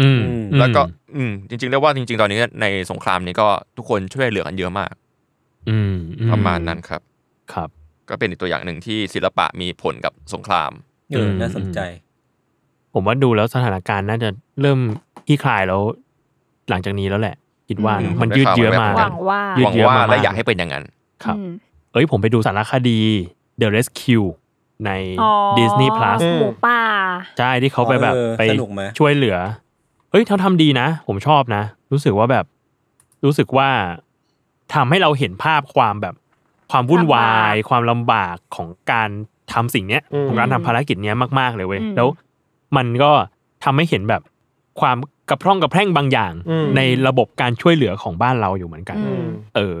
[SPEAKER 1] อืม
[SPEAKER 4] แล้วก็อืมจริงๆแล้วว่าจริง ๆ ตอนนี้ในสงครามนี้ก็ทุกคนช่วยเหลือกันเยอะมาก
[SPEAKER 1] อืมอื
[SPEAKER 4] ประมาณนั้นครับ
[SPEAKER 1] ครับ
[SPEAKER 4] ก็เป็นอีกตัวอย่างหนึ่งที่ศิลปะมีผลกับสงคราม
[SPEAKER 2] เออน่าสนใจ
[SPEAKER 1] ผมว่าดูแล้วสถานการณ์น่าจะเริ่มคลี่คลายแล้ว หลังจากนี้แล้วแหละ คิดว่า
[SPEAKER 5] อืม
[SPEAKER 1] มันยืดเยื้อมา
[SPEAKER 5] หวังว่า
[SPEAKER 1] ยืด
[SPEAKER 4] หวัง
[SPEAKER 1] เยื้
[SPEAKER 4] ว่าม
[SPEAKER 1] อากๆ
[SPEAKER 4] และอยากให้เป็นอย่างนั้น
[SPEAKER 1] ครับ
[SPEAKER 5] อืม
[SPEAKER 1] เอ้ย ผมไปดูสารคดี The Rescue ใน
[SPEAKER 5] อ๋อ
[SPEAKER 1] Disney Plus
[SPEAKER 5] หมูป่า
[SPEAKER 1] ใช่ที่เขาไปแบบ
[SPEAKER 2] เออ
[SPEAKER 1] ไป
[SPEAKER 2] สนุกไหม
[SPEAKER 1] ช่วยเหลือ เฮ้ยเขาทำดีนะ ผมชอบนะ รู้สึกว่าแบบ รู้สึกว่าทำให้เราเห็นภาพความแบบ ความวุ่นวาย
[SPEAKER 5] ลำบาก
[SPEAKER 1] ความลำบากของการทำสิ่งเนี้ย
[SPEAKER 3] อืม
[SPEAKER 1] ของการทำภารกิจเนี้ยมาก ๆ เลยเว้ย
[SPEAKER 5] อืม
[SPEAKER 1] แล้วมันก็ทำให้เห็นแบบความกระพร่องกระแพร่งบางอย่าง
[SPEAKER 3] อืม
[SPEAKER 1] ในระบบการช่วยเหลือของบ้านเราอยู่เหมือนกัน
[SPEAKER 5] อืม
[SPEAKER 1] เออ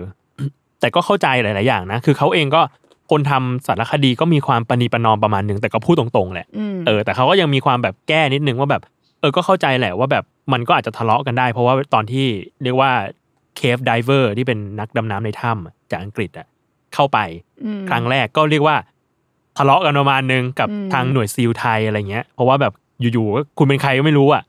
[SPEAKER 1] แต่ก็เข้าใจหลาย ๆ อย่างนะ คือเขาเองก็คนทำสารคดีก็มีความปณีประนอมประมาณหนึ่งแต่ก็พูดตรง ๆ แหละ
[SPEAKER 5] อืม
[SPEAKER 1] เออแต่เขาก็ยังมีความแบบแก้นิดนึงว่าแบบ เออก็เข้าใจแหละว่าแบบมันก็อาจจะทะเลาะกันได้ เพราะว่าตอนที่เรียกว่าเคฟไดเวอร์ที่เป็นนักดำน้ำในถ้ำอะจากอังกฤษอะเข้าไป
[SPEAKER 5] อืม
[SPEAKER 1] ครั้งแรกก็เรียกว่าทะเลาะกันประมาณนึงกับ
[SPEAKER 5] อืม
[SPEAKER 1] ทางหน่วยซีลไทยอะไรเงี้ย เพราะว่าแบบอยู่ๆก็คุณเป็นใครก็ไม่รู้อ่ะ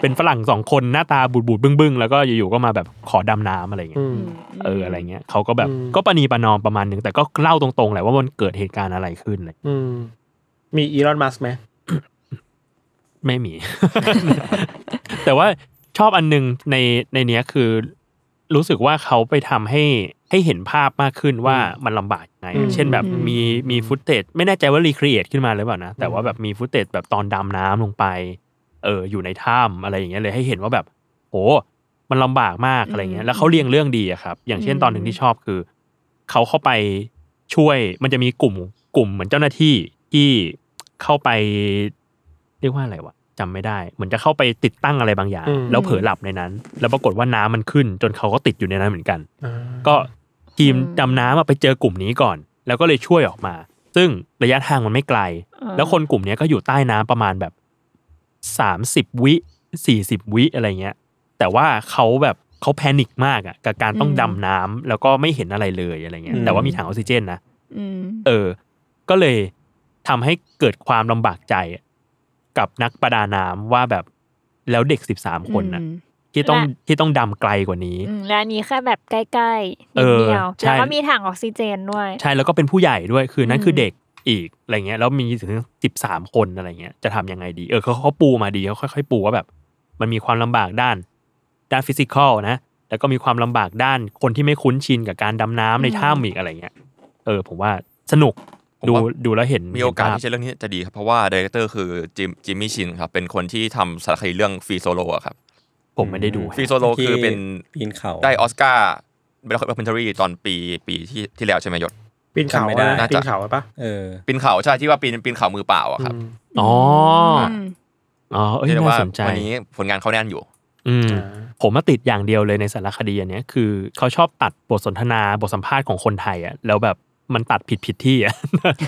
[SPEAKER 1] เป็นฝรั่งสองคนหน้าตาบูดบูดๆบึ้งบึ้งๆ แล้วก็อยู่ๆก็มาแบบขอดำน้ำอะไรเงี้ย
[SPEAKER 3] อืม
[SPEAKER 5] ม
[SPEAKER 1] เอออะไรเงี้ยเขาก็แบบ
[SPEAKER 3] อืม
[SPEAKER 1] ก็ปณีประนอมประมาณนึงแต่ก็เล่าตรงๆแหละว่ามันเกิดเหตุการณ์อะไรขึ้นเลย
[SPEAKER 3] อืมมีอีลอนมัสไหม
[SPEAKER 1] ไม่มี แต่ว่าชอบอันหนึงในในเนี้ยคือรู้สึกว่าเขาไปทำให้ให้เห็นภาพมากขึ้นว่ามันลำบากยังไง
[SPEAKER 3] อืม
[SPEAKER 1] เช่นแบบ
[SPEAKER 3] อืม
[SPEAKER 1] มีมีฟุตเทจไม่แน่ใจว่ารีครีเอทขึ้นมาหรือเปล่านะ แต่ว่าแบบมีฟุตเทจแบบตอนดำน้ำลงไป เอออยู่ในถ้ำอะไรอย่างเงี้ยเลยให้เห็นว่าแบบโอ้มันลำบากมากอะไรเงี้ยแล้วเขาเรียงเรื่องดีอะครับ อย่างเช่นตอนหนึ่งที่ชอบคือ เขาเข้าไปช่วยมันจะมีกลุ่มกลุ่มเหมือนเจ้าหน้าที่ที่เข้าไป เรียกว่าอะไรวะจำไม่ได้ เหมือนจะเข้าไปติดตั้งอะไรบางอย่าง
[SPEAKER 3] อืม
[SPEAKER 1] แล้วเผลอหลับในนั้น แล้วปรากฏว่าน้ำมันขึ้น จนเขาก็ติดอยู่ในนั้นเหมือนกัน ก็ทีมดำน้ำอะไปเจอกลุ่มนี้ก่อน แล้วก็เลยช่วยออกมา ซึ่งระยะทางมันไม่ไกล
[SPEAKER 5] อ่า
[SPEAKER 1] แล้วคนกลุ่มเนี้ยก็อยู่ใต้น้ำประมาณแบบสามสิบวิสี่สิบวิอะไรเงี้ย แต่ว่าเขาแบบเขาแพนิคมากอะกับการต้อง
[SPEAKER 5] อืม
[SPEAKER 1] ดำน้ำแล้วก็ไม่เห็นอะไรเลยอะไรเงี้ย
[SPEAKER 2] อืม
[SPEAKER 1] แต่ว่ามีถังออกซิเจนนะ
[SPEAKER 5] ืม
[SPEAKER 1] เออ ก็เลยทำให้เกิดความลำบากใจกับนักประดาน้ำว่าแบบแล้วเด็กสิบสามคนน่ะ ที่ต้อง
[SPEAKER 5] และ
[SPEAKER 1] ที่ต้องดำไกลกว่านี้
[SPEAKER 5] อืมและอันนี้แค่แบบใกล้ๆนิดเดียว
[SPEAKER 1] เออใช่
[SPEAKER 5] แล้วก็มีถังออกซิเจนด้วย
[SPEAKER 1] ใช่แล้วก็เป็นผู้ใหญ่ด้วยคือนั่น
[SPEAKER 5] อืม
[SPEAKER 1] คือเด็กอีกอะไรเงี้ยแล้วมีถึงสิบสามคนอะไรเงี้ยจะทำยังไงดี เออเขาเขาปูมาดีเขาค่อยๆปูว่าแบบ มันมีความลำบากด้าน ด้านฟิสิกอลนะแล้วก็มีความลำบากด้านคนที่ไม่คุ้นชินกับการดำน้ำในถ้ำอีกอะไรเงี้ยเออ ผมว่าสนุก
[SPEAKER 4] ผม
[SPEAKER 1] ดู
[SPEAKER 4] ว่า
[SPEAKER 1] ดูแล้วเห็น
[SPEAKER 4] มีโอกาส
[SPEAKER 1] เห็นภพ
[SPEAKER 4] ที่จะเรื่องนี้จะดีครับเพราะว่าดีเรคเตอร์คือจิมจิมมี่ชินครับเป็นคนที่ทำสารคดีเรื่องฟรีโซโลครับ
[SPEAKER 1] ผมไม่ได้ดู
[SPEAKER 4] ฟรีโซโล
[SPEAKER 2] ที่
[SPEAKER 4] คือเป็น
[SPEAKER 2] ปีนเขา
[SPEAKER 4] ได้ออสการ์เป็นด็อกเมนทารีตอนปีปีที่ที่แล้วใช่ไหมยศ
[SPEAKER 3] ปีนเขา
[SPEAKER 2] จำไม่ได้
[SPEAKER 3] อะ
[SPEAKER 4] น่า
[SPEAKER 3] ปี
[SPEAKER 4] จะ
[SPEAKER 3] นเขาอะปะ
[SPEAKER 2] เออ
[SPEAKER 4] ปีนเขาใช่ที่ว่าปีนปีนเขามือเปล่าอะครับ
[SPEAKER 3] อืม
[SPEAKER 1] อ๋อ
[SPEAKER 5] ม
[SPEAKER 1] อ๋อ เอ้ย
[SPEAKER 4] เรียกได้
[SPEAKER 1] น่า
[SPEAKER 4] ว่า
[SPEAKER 1] สนใจ
[SPEAKER 4] วันนี้ผลงานเขาแน่นอยู่
[SPEAKER 1] อืม
[SPEAKER 3] อ่า
[SPEAKER 1] ผมมาติดอย่างเดียวเลยในสารคดีอันเนี้ยคือเขาชอบตัดบทสนทนาบทสัมภาษณ์ของคนไทยอ่ะแล้วแบบมันตัดผิดผิดที่อ่ะ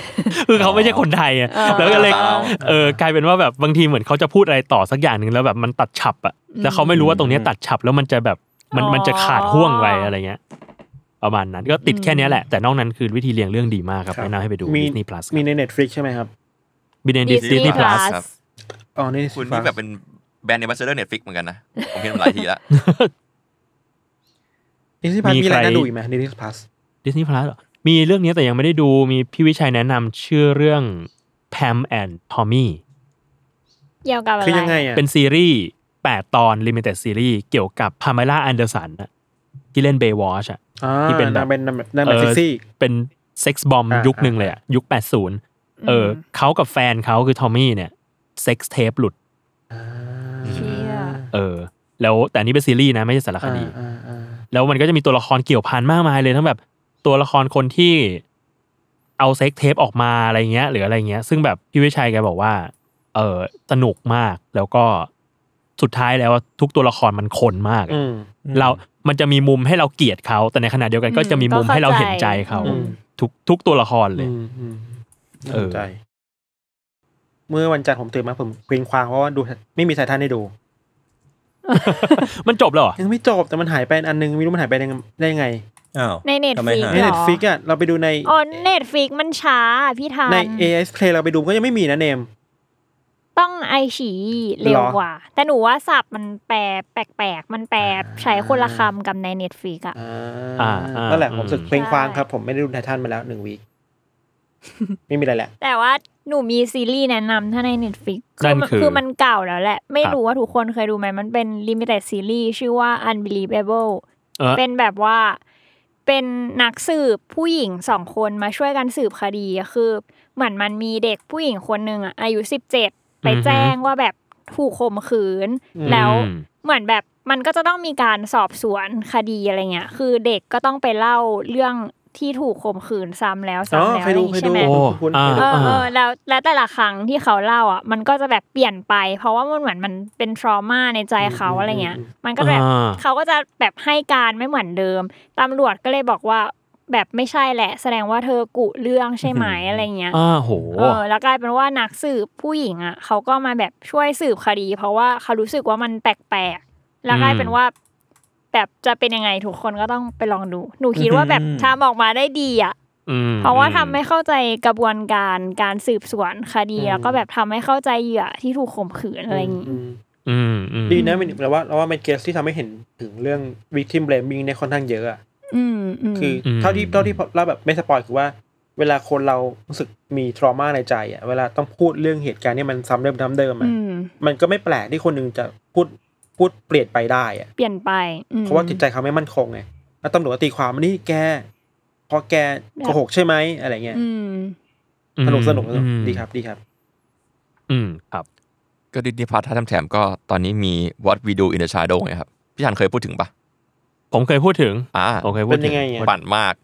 [SPEAKER 1] คือเขาไม่ใช่คนไทยอ่ะ
[SPEAKER 6] เออ
[SPEAKER 1] แล้วก็เลย
[SPEAKER 4] เออ
[SPEAKER 1] เออกลายเป็นว่าแบบบางทีเหมือนเขาจะพูดอะไรต่อสักอย่างหนึ่งแล้วแบบมันตัดฉับอ่ะแล้วเขาไม่รู้ว่าตรงเนี้ยตัดฉับแล้วมันจะแบบมัน
[SPEAKER 6] อ๋อ
[SPEAKER 1] มันจะขาดห่วงไปอะไรเงี้ย ประมาณนั้นก็ติดแค่เนี้ยแหละ แต่นอกนั้นคือวิธีเรียงเรื่องดีมากครับแนะนำให้ไปดู
[SPEAKER 3] มี
[SPEAKER 1] ดิสนีย์พลัส
[SPEAKER 3] มีใน Netflix ใช่ไหมครับ
[SPEAKER 1] บิน
[SPEAKER 6] Disney
[SPEAKER 1] ดิสนีย์พลัส
[SPEAKER 6] Plus
[SPEAKER 4] ครับ
[SPEAKER 3] อ๋อใน
[SPEAKER 4] คุณ
[SPEAKER 3] Netflix
[SPEAKER 4] นี่แบบเป็นแบรนด์ในบัสเดอร์เน็ตฟิกเหมือนกันนะผมเห็นมาหลายที แล้ว
[SPEAKER 3] Disney Plus
[SPEAKER 1] มี
[SPEAKER 3] มีอะไร
[SPEAKER 1] ใคร
[SPEAKER 3] น่าดูอีกไหม Disney Plus
[SPEAKER 1] ดิสนีย์พลัสมีเรื่องนี้แต่ยังไม่ได้ดูมีพี่วิชัยแนะนำชื่อเรื่อง Pam and Tommy
[SPEAKER 5] เกี่ยวกับอะไร
[SPEAKER 3] คือยังไงอ่ะ
[SPEAKER 1] เป็นซีรีส์ 8 ตอน Limited Series เกี่ยวกับพา m ม l ่าแอนเดอร์สันที่เล่น Baywatch อะ
[SPEAKER 3] อ่า
[SPEAKER 1] ที่เป็นแบบ
[SPEAKER 3] นางเป็นนางแบบนางเป็นเซ็กซี่
[SPEAKER 1] เป็นเซ็กซ์บอม
[SPEAKER 3] อ่า
[SPEAKER 1] ยุคหนึ่งเลยอะยุค 80 เออเขากับแฟนเขาคือทอมมี่เนี่ยเซ็กซ์เทปหลุด
[SPEAKER 6] เชี่ย
[SPEAKER 1] เออแล้วแต่อันนี้เป็นซีรีส์นะ ไม่ใช่สารคดี
[SPEAKER 3] าอ่าอ่า
[SPEAKER 1] แล้วมันก็จะมีตัวละครเกี่ยวพันมากมายเลยทั้งแบบตัวละครคนที่เอาเซ็กเทปออกมาอะไรเงี้ย หรืออะไรเงี้ย ซึ่งแบบพี่วิชัยแกบอกว่า เออสนุกมากแล้วก็สุดท้ายแล้วอะทุกตัวละครมันคนมากอะ
[SPEAKER 3] อืม
[SPEAKER 1] เรา มันจะมีมุมให้เราเกลียดเขาแต่ในขณะเดียวกันก็จะมีมุมให้เราเห็นใจเขา
[SPEAKER 3] อืม
[SPEAKER 1] ทุกทุกตัวละครเลย
[SPEAKER 3] อืมอืมน่า
[SPEAKER 1] เอ
[SPEAKER 3] ส
[SPEAKER 1] อ
[SPEAKER 3] นใจ เมื่อวันจันทร์ผมตื่นมาผมเคว้งคว้างเพราะว่าดูไม่มีสายท่านให้ดู
[SPEAKER 1] มันจบแล้วเหรอ
[SPEAKER 3] ยังไม่จบแต่มันหายไปอันนึงไม่รู้มันหายไปได้ยังได้ยังไง
[SPEAKER 2] อ้าว
[SPEAKER 5] ในเน็ต
[SPEAKER 2] ทำไม
[SPEAKER 5] ฟิก
[SPEAKER 2] หา
[SPEAKER 3] ใน
[SPEAKER 5] หรอ
[SPEAKER 3] Netflix อ่ะเราไปดูใน
[SPEAKER 5] อ๋อเน็ตฟิกมันช้าพี่ทาน
[SPEAKER 3] ใน AS Play เราไปดูก็ยังไม่มีนะเนม
[SPEAKER 5] ต้องไอฉีเร็วกว่า แต่หนูว่าสับมันแปลแปลกๆ มันแปลใช้คนละคำกับในเน็ตฟิกอะ
[SPEAKER 3] อ่า
[SPEAKER 1] อ่า
[SPEAKER 3] นั่นแหละ
[SPEAKER 1] อืม
[SPEAKER 3] ผมรู้สึกเพลงคว้างครับ ผมไม่ได้ดูไททันมาแล้วหนึ่งวีคไม่มีอะไรแหละ
[SPEAKER 5] แต่ว่าหนูมีซีรีส์แนะนำถ้าใน Netflix
[SPEAKER 1] นั่น
[SPEAKER 5] มั
[SPEAKER 1] คือ
[SPEAKER 5] คือมันเก่าแล้วแหละ ไม่
[SPEAKER 1] ครับ
[SPEAKER 5] รู้ว่าทุกคนเคยดูไหมมันเป็น limited ซีรีส์ชื่อว่า unbelievable
[SPEAKER 1] เออ
[SPEAKER 5] เป็นแบบว่าเป็นนักสืบผู้หญิงสองคนมาช่วยกันสืบคดีคือเหมือนมันมีเด็กผู้หญิงคนหนึ่งอะอายุสิบเจ็ดไปแจ้งว่าแบบถูกข่มขืน แล้ว
[SPEAKER 1] อืม
[SPEAKER 5] เหมือนแบบมันก็จะต้องมีการสอบสวนคดีอะไรเงี้ย คือเด็กก็ต้องไปเล่าเรื่องที่ถูกข่มขืนซ้ำแล้ว
[SPEAKER 3] อ๋อ
[SPEAKER 5] ซ้ำแล้ว
[SPEAKER 3] เคยดู
[SPEAKER 5] อะไรอย่า
[SPEAKER 3] เคยดู
[SPEAKER 5] งงี้ใช่ไหม
[SPEAKER 1] โอ้
[SPEAKER 3] คุ้น
[SPEAKER 1] อ่า
[SPEAKER 5] เอ
[SPEAKER 3] ๆ
[SPEAKER 5] อเออแล้วแล้วแต่ละครั้งที่เขาเล่าอ่ะ มันก็จะแบบเปลี่ยนไป เพราะว่ามันเหมือนมันเป็นทรมาในใจเขาอะไรเงี้ย มันก็แบบ
[SPEAKER 1] อ่า
[SPEAKER 5] เขาก็จะแบบให้การไม่เหมือนเดิมตำรวจก็เลยบอกว่าแบบไม่ใช่แหละ แสดงว่าเธอกุเรื่องใช่ไหมอะไรเงี้ย
[SPEAKER 1] อ่าโห
[SPEAKER 5] เออแล้วกลายเป็นว่านักสืบผู้หญิงอ่ะเขาก็มาแบบช่วยสืบคดี เพราะว่าเขารู้สึกว่ามันแปลกๆแล้วกลายเป็นว่า แบบจะเป็นยังไงทุกคนก็ต้องไปลองดู หนูคิดว่าแบบทำออกมาได้ดีอ่ะ
[SPEAKER 1] ม
[SPEAKER 5] เพราะว่าทำให้เข้าใจกระบวนการการสืบสวนคดี แล้วก็แบบทำให้เข้าใจเหยื่อที่ถูกข่มขืนอะไรอย่างงี้
[SPEAKER 3] อืม
[SPEAKER 1] อืมอืม
[SPEAKER 3] ดีนะมันแปลว่าเราว่าเป็นเคสที่ทำให้เห็นถึงเรื่อง victim blaming ในยค่อนข้างเยอะอะ
[SPEAKER 5] อืมอืม
[SPEAKER 3] คืออเท่าที่เท่าที่เราแบบไม่สปอยคือว่า เวลาคนเรารู้สึกมี trauma ในใจอะเวลาต้องพูดเรื่องเหตุการณ์เนี่ยมันซ้ำเดิมซ้ำเดิมอะ
[SPEAKER 5] ม
[SPEAKER 3] มันก็ไม่แปลกที่คนหนึงจะพูดพูดเปลี่ยนไปได้อะ
[SPEAKER 5] เปลี่ยนไปอืม
[SPEAKER 3] เพราะว่าจิตใจเขาไม่มั่นคงไง แล้วตำรวจก็ตีความว่านี่แก พอแก
[SPEAKER 5] แบบ
[SPEAKER 3] โกหกใช่ไหมอะไรเงี้ย
[SPEAKER 5] อืม
[SPEAKER 3] สนุกสนุกสนุก
[SPEAKER 1] อืม
[SPEAKER 3] ดีครับดีครับ
[SPEAKER 1] อืมครับ
[SPEAKER 4] ก็ดิสนีย์พลัสถ้าทำแถมก็ตอนนี้มี What We Do in the Shadow ไงครับ พี่ชันเคยพูดถึงปะ
[SPEAKER 1] ผมเคยพูดถึง
[SPEAKER 4] อ่า
[SPEAKER 1] ผมเคยพู
[SPEAKER 3] เป็
[SPEAKER 1] ด
[SPEAKER 3] น
[SPEAKER 1] ถึ
[SPEAKER 3] ยัง งไงอ่ะ
[SPEAKER 4] ปั่นมาก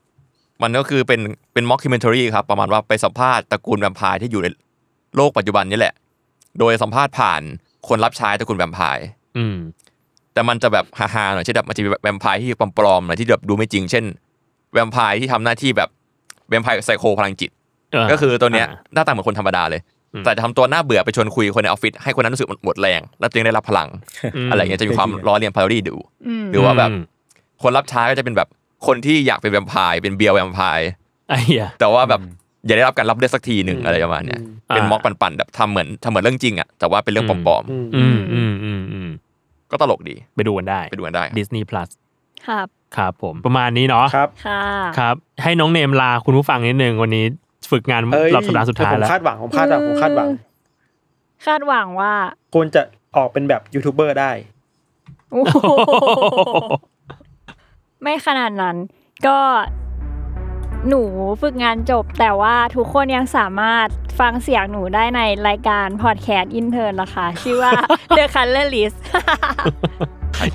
[SPEAKER 4] มันก็คือเป็นเป็นม็อกคิมเมนทรีครับ ประมาณว่าไปสัมภาษณ์ตระกูลแวมไพร์ที่อยู่ในโลกปัจจุบันนี่แหละ โดยสัมภาษณ์ผ่านคนรับใช้ตระกูลแวมไพร์
[SPEAKER 1] อืม
[SPEAKER 4] แต่มันจะแบบฮาๆหน่อยเช่นแบบมันจะมีแวมไพร์ที่ปลอมๆหน่อยที่แบบดูไม่จริง เช่น แวมไพร์ที่ทำหน้าที่แบบแวมไพร์ไซโคพลังจิต
[SPEAKER 1] เ
[SPEAKER 4] ก็คือตัวเนี้ยหน้าตาเหมือนคนธรรมดาเลย
[SPEAKER 1] อืม
[SPEAKER 4] แต่จะทำตัวหน้าเบื่อไปชวนคุยคนในออฟฟิศให้คนนั้นรู้สึกหมดแรง แล้วจึงได้รับพลัง
[SPEAKER 1] ม
[SPEAKER 4] อะไรเงี้ยจะมีความ
[SPEAKER 2] เคยดีนะ
[SPEAKER 4] ล้อเลียนพาโรดี้ดู
[SPEAKER 5] อืม
[SPEAKER 4] หรือว่าแบบ
[SPEAKER 1] อืม
[SPEAKER 4] คนรับใช้ก็จะเป็นแบบคนที่อยากเป็นแวมไพร์เป็นเบียร์แวมไพร์
[SPEAKER 1] ไอ้เหี้ย
[SPEAKER 4] แต่ว่าแบบอย่าได้รับการรับเลือกสักทีหนึ่งอะไรประมาณเนี้ย
[SPEAKER 1] อ่า
[SPEAKER 4] เป็นม็อกปั่นๆแบบทำเหมือนทำเหมือนเรื่องจริงอ่ะแต่ว่าเป็นเรื่องปลอม
[SPEAKER 3] อืม
[SPEAKER 1] อืมอืมอืมอืม
[SPEAKER 4] ๆก็ตลกดี
[SPEAKER 1] ไปดูกันได้
[SPEAKER 4] ไปดูกันได้ครับ
[SPEAKER 1] Disney Plus
[SPEAKER 5] ครับ
[SPEAKER 1] ครับผมประมาณนี้เนาะ
[SPEAKER 3] ครับ
[SPEAKER 5] ค่ะ
[SPEAKER 1] ครับ ให้น้องเนมลาคุณผู้ฟังนิดนึงวันนี้ฝึกงาน
[SPEAKER 3] เอ้ย
[SPEAKER 1] รอบสัปดาห์สุดท้ายแล้
[SPEAKER 3] ผม
[SPEAKER 1] ว
[SPEAKER 3] คาดหวังผมคาดหวังผมคาดหวัง
[SPEAKER 5] อืม คาดหวังว่า
[SPEAKER 3] ควรจะออกเป็นแบบยูทูบเบอร์ได้
[SPEAKER 5] โอ้โห ไม่ขนาดนั้นก็หนูฝึกงานจบ แต่ว่าทุกคนยังสามารถฟังเสียงหนูได้ในรายการพอดแคสต์อินเทอร์นะคะ ชื่อว่า The Color List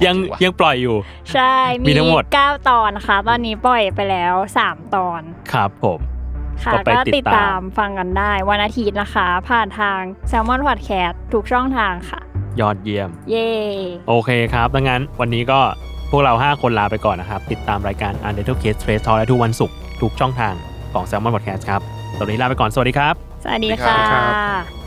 [SPEAKER 1] ยังยังปล่อยอยู่
[SPEAKER 5] ใช่
[SPEAKER 1] มีทั้งหมด
[SPEAKER 5] 9ตอนนะคะ ตอนนี้ปล่อยไปแล้ว 3 ตอน
[SPEAKER 1] ครับผม
[SPEAKER 5] ค่ะ
[SPEAKER 1] ก็ไป
[SPEAKER 5] ก็
[SPEAKER 1] ติ
[SPEAKER 5] ติ
[SPEAKER 1] ด
[SPEAKER 5] ด
[SPEAKER 1] ตาม
[SPEAKER 5] ตามฟังกันได้ วันอาทิตย์นะคะ ผ่านทาง Salmon Podcast ทุกช่องทางค่ะ
[SPEAKER 1] ยอดเยี่ยม
[SPEAKER 5] เย่
[SPEAKER 1] โอเคครับดังนั้นวันนี้ก็พวกเรา 5 คนลาไปก่อนนะครับ ติดตามรายการ u n d e r t a l e Case Trace Talk และทุกวันศุกร์ทุกช่องทางของ Salmon Podcast ครับตอนนี้ลาไปก่อน สวัสดีครับ
[SPEAKER 5] สวัสดี
[SPEAKER 4] สวั
[SPEAKER 5] ค่
[SPEAKER 4] สดีครับ
[SPEAKER 5] ะ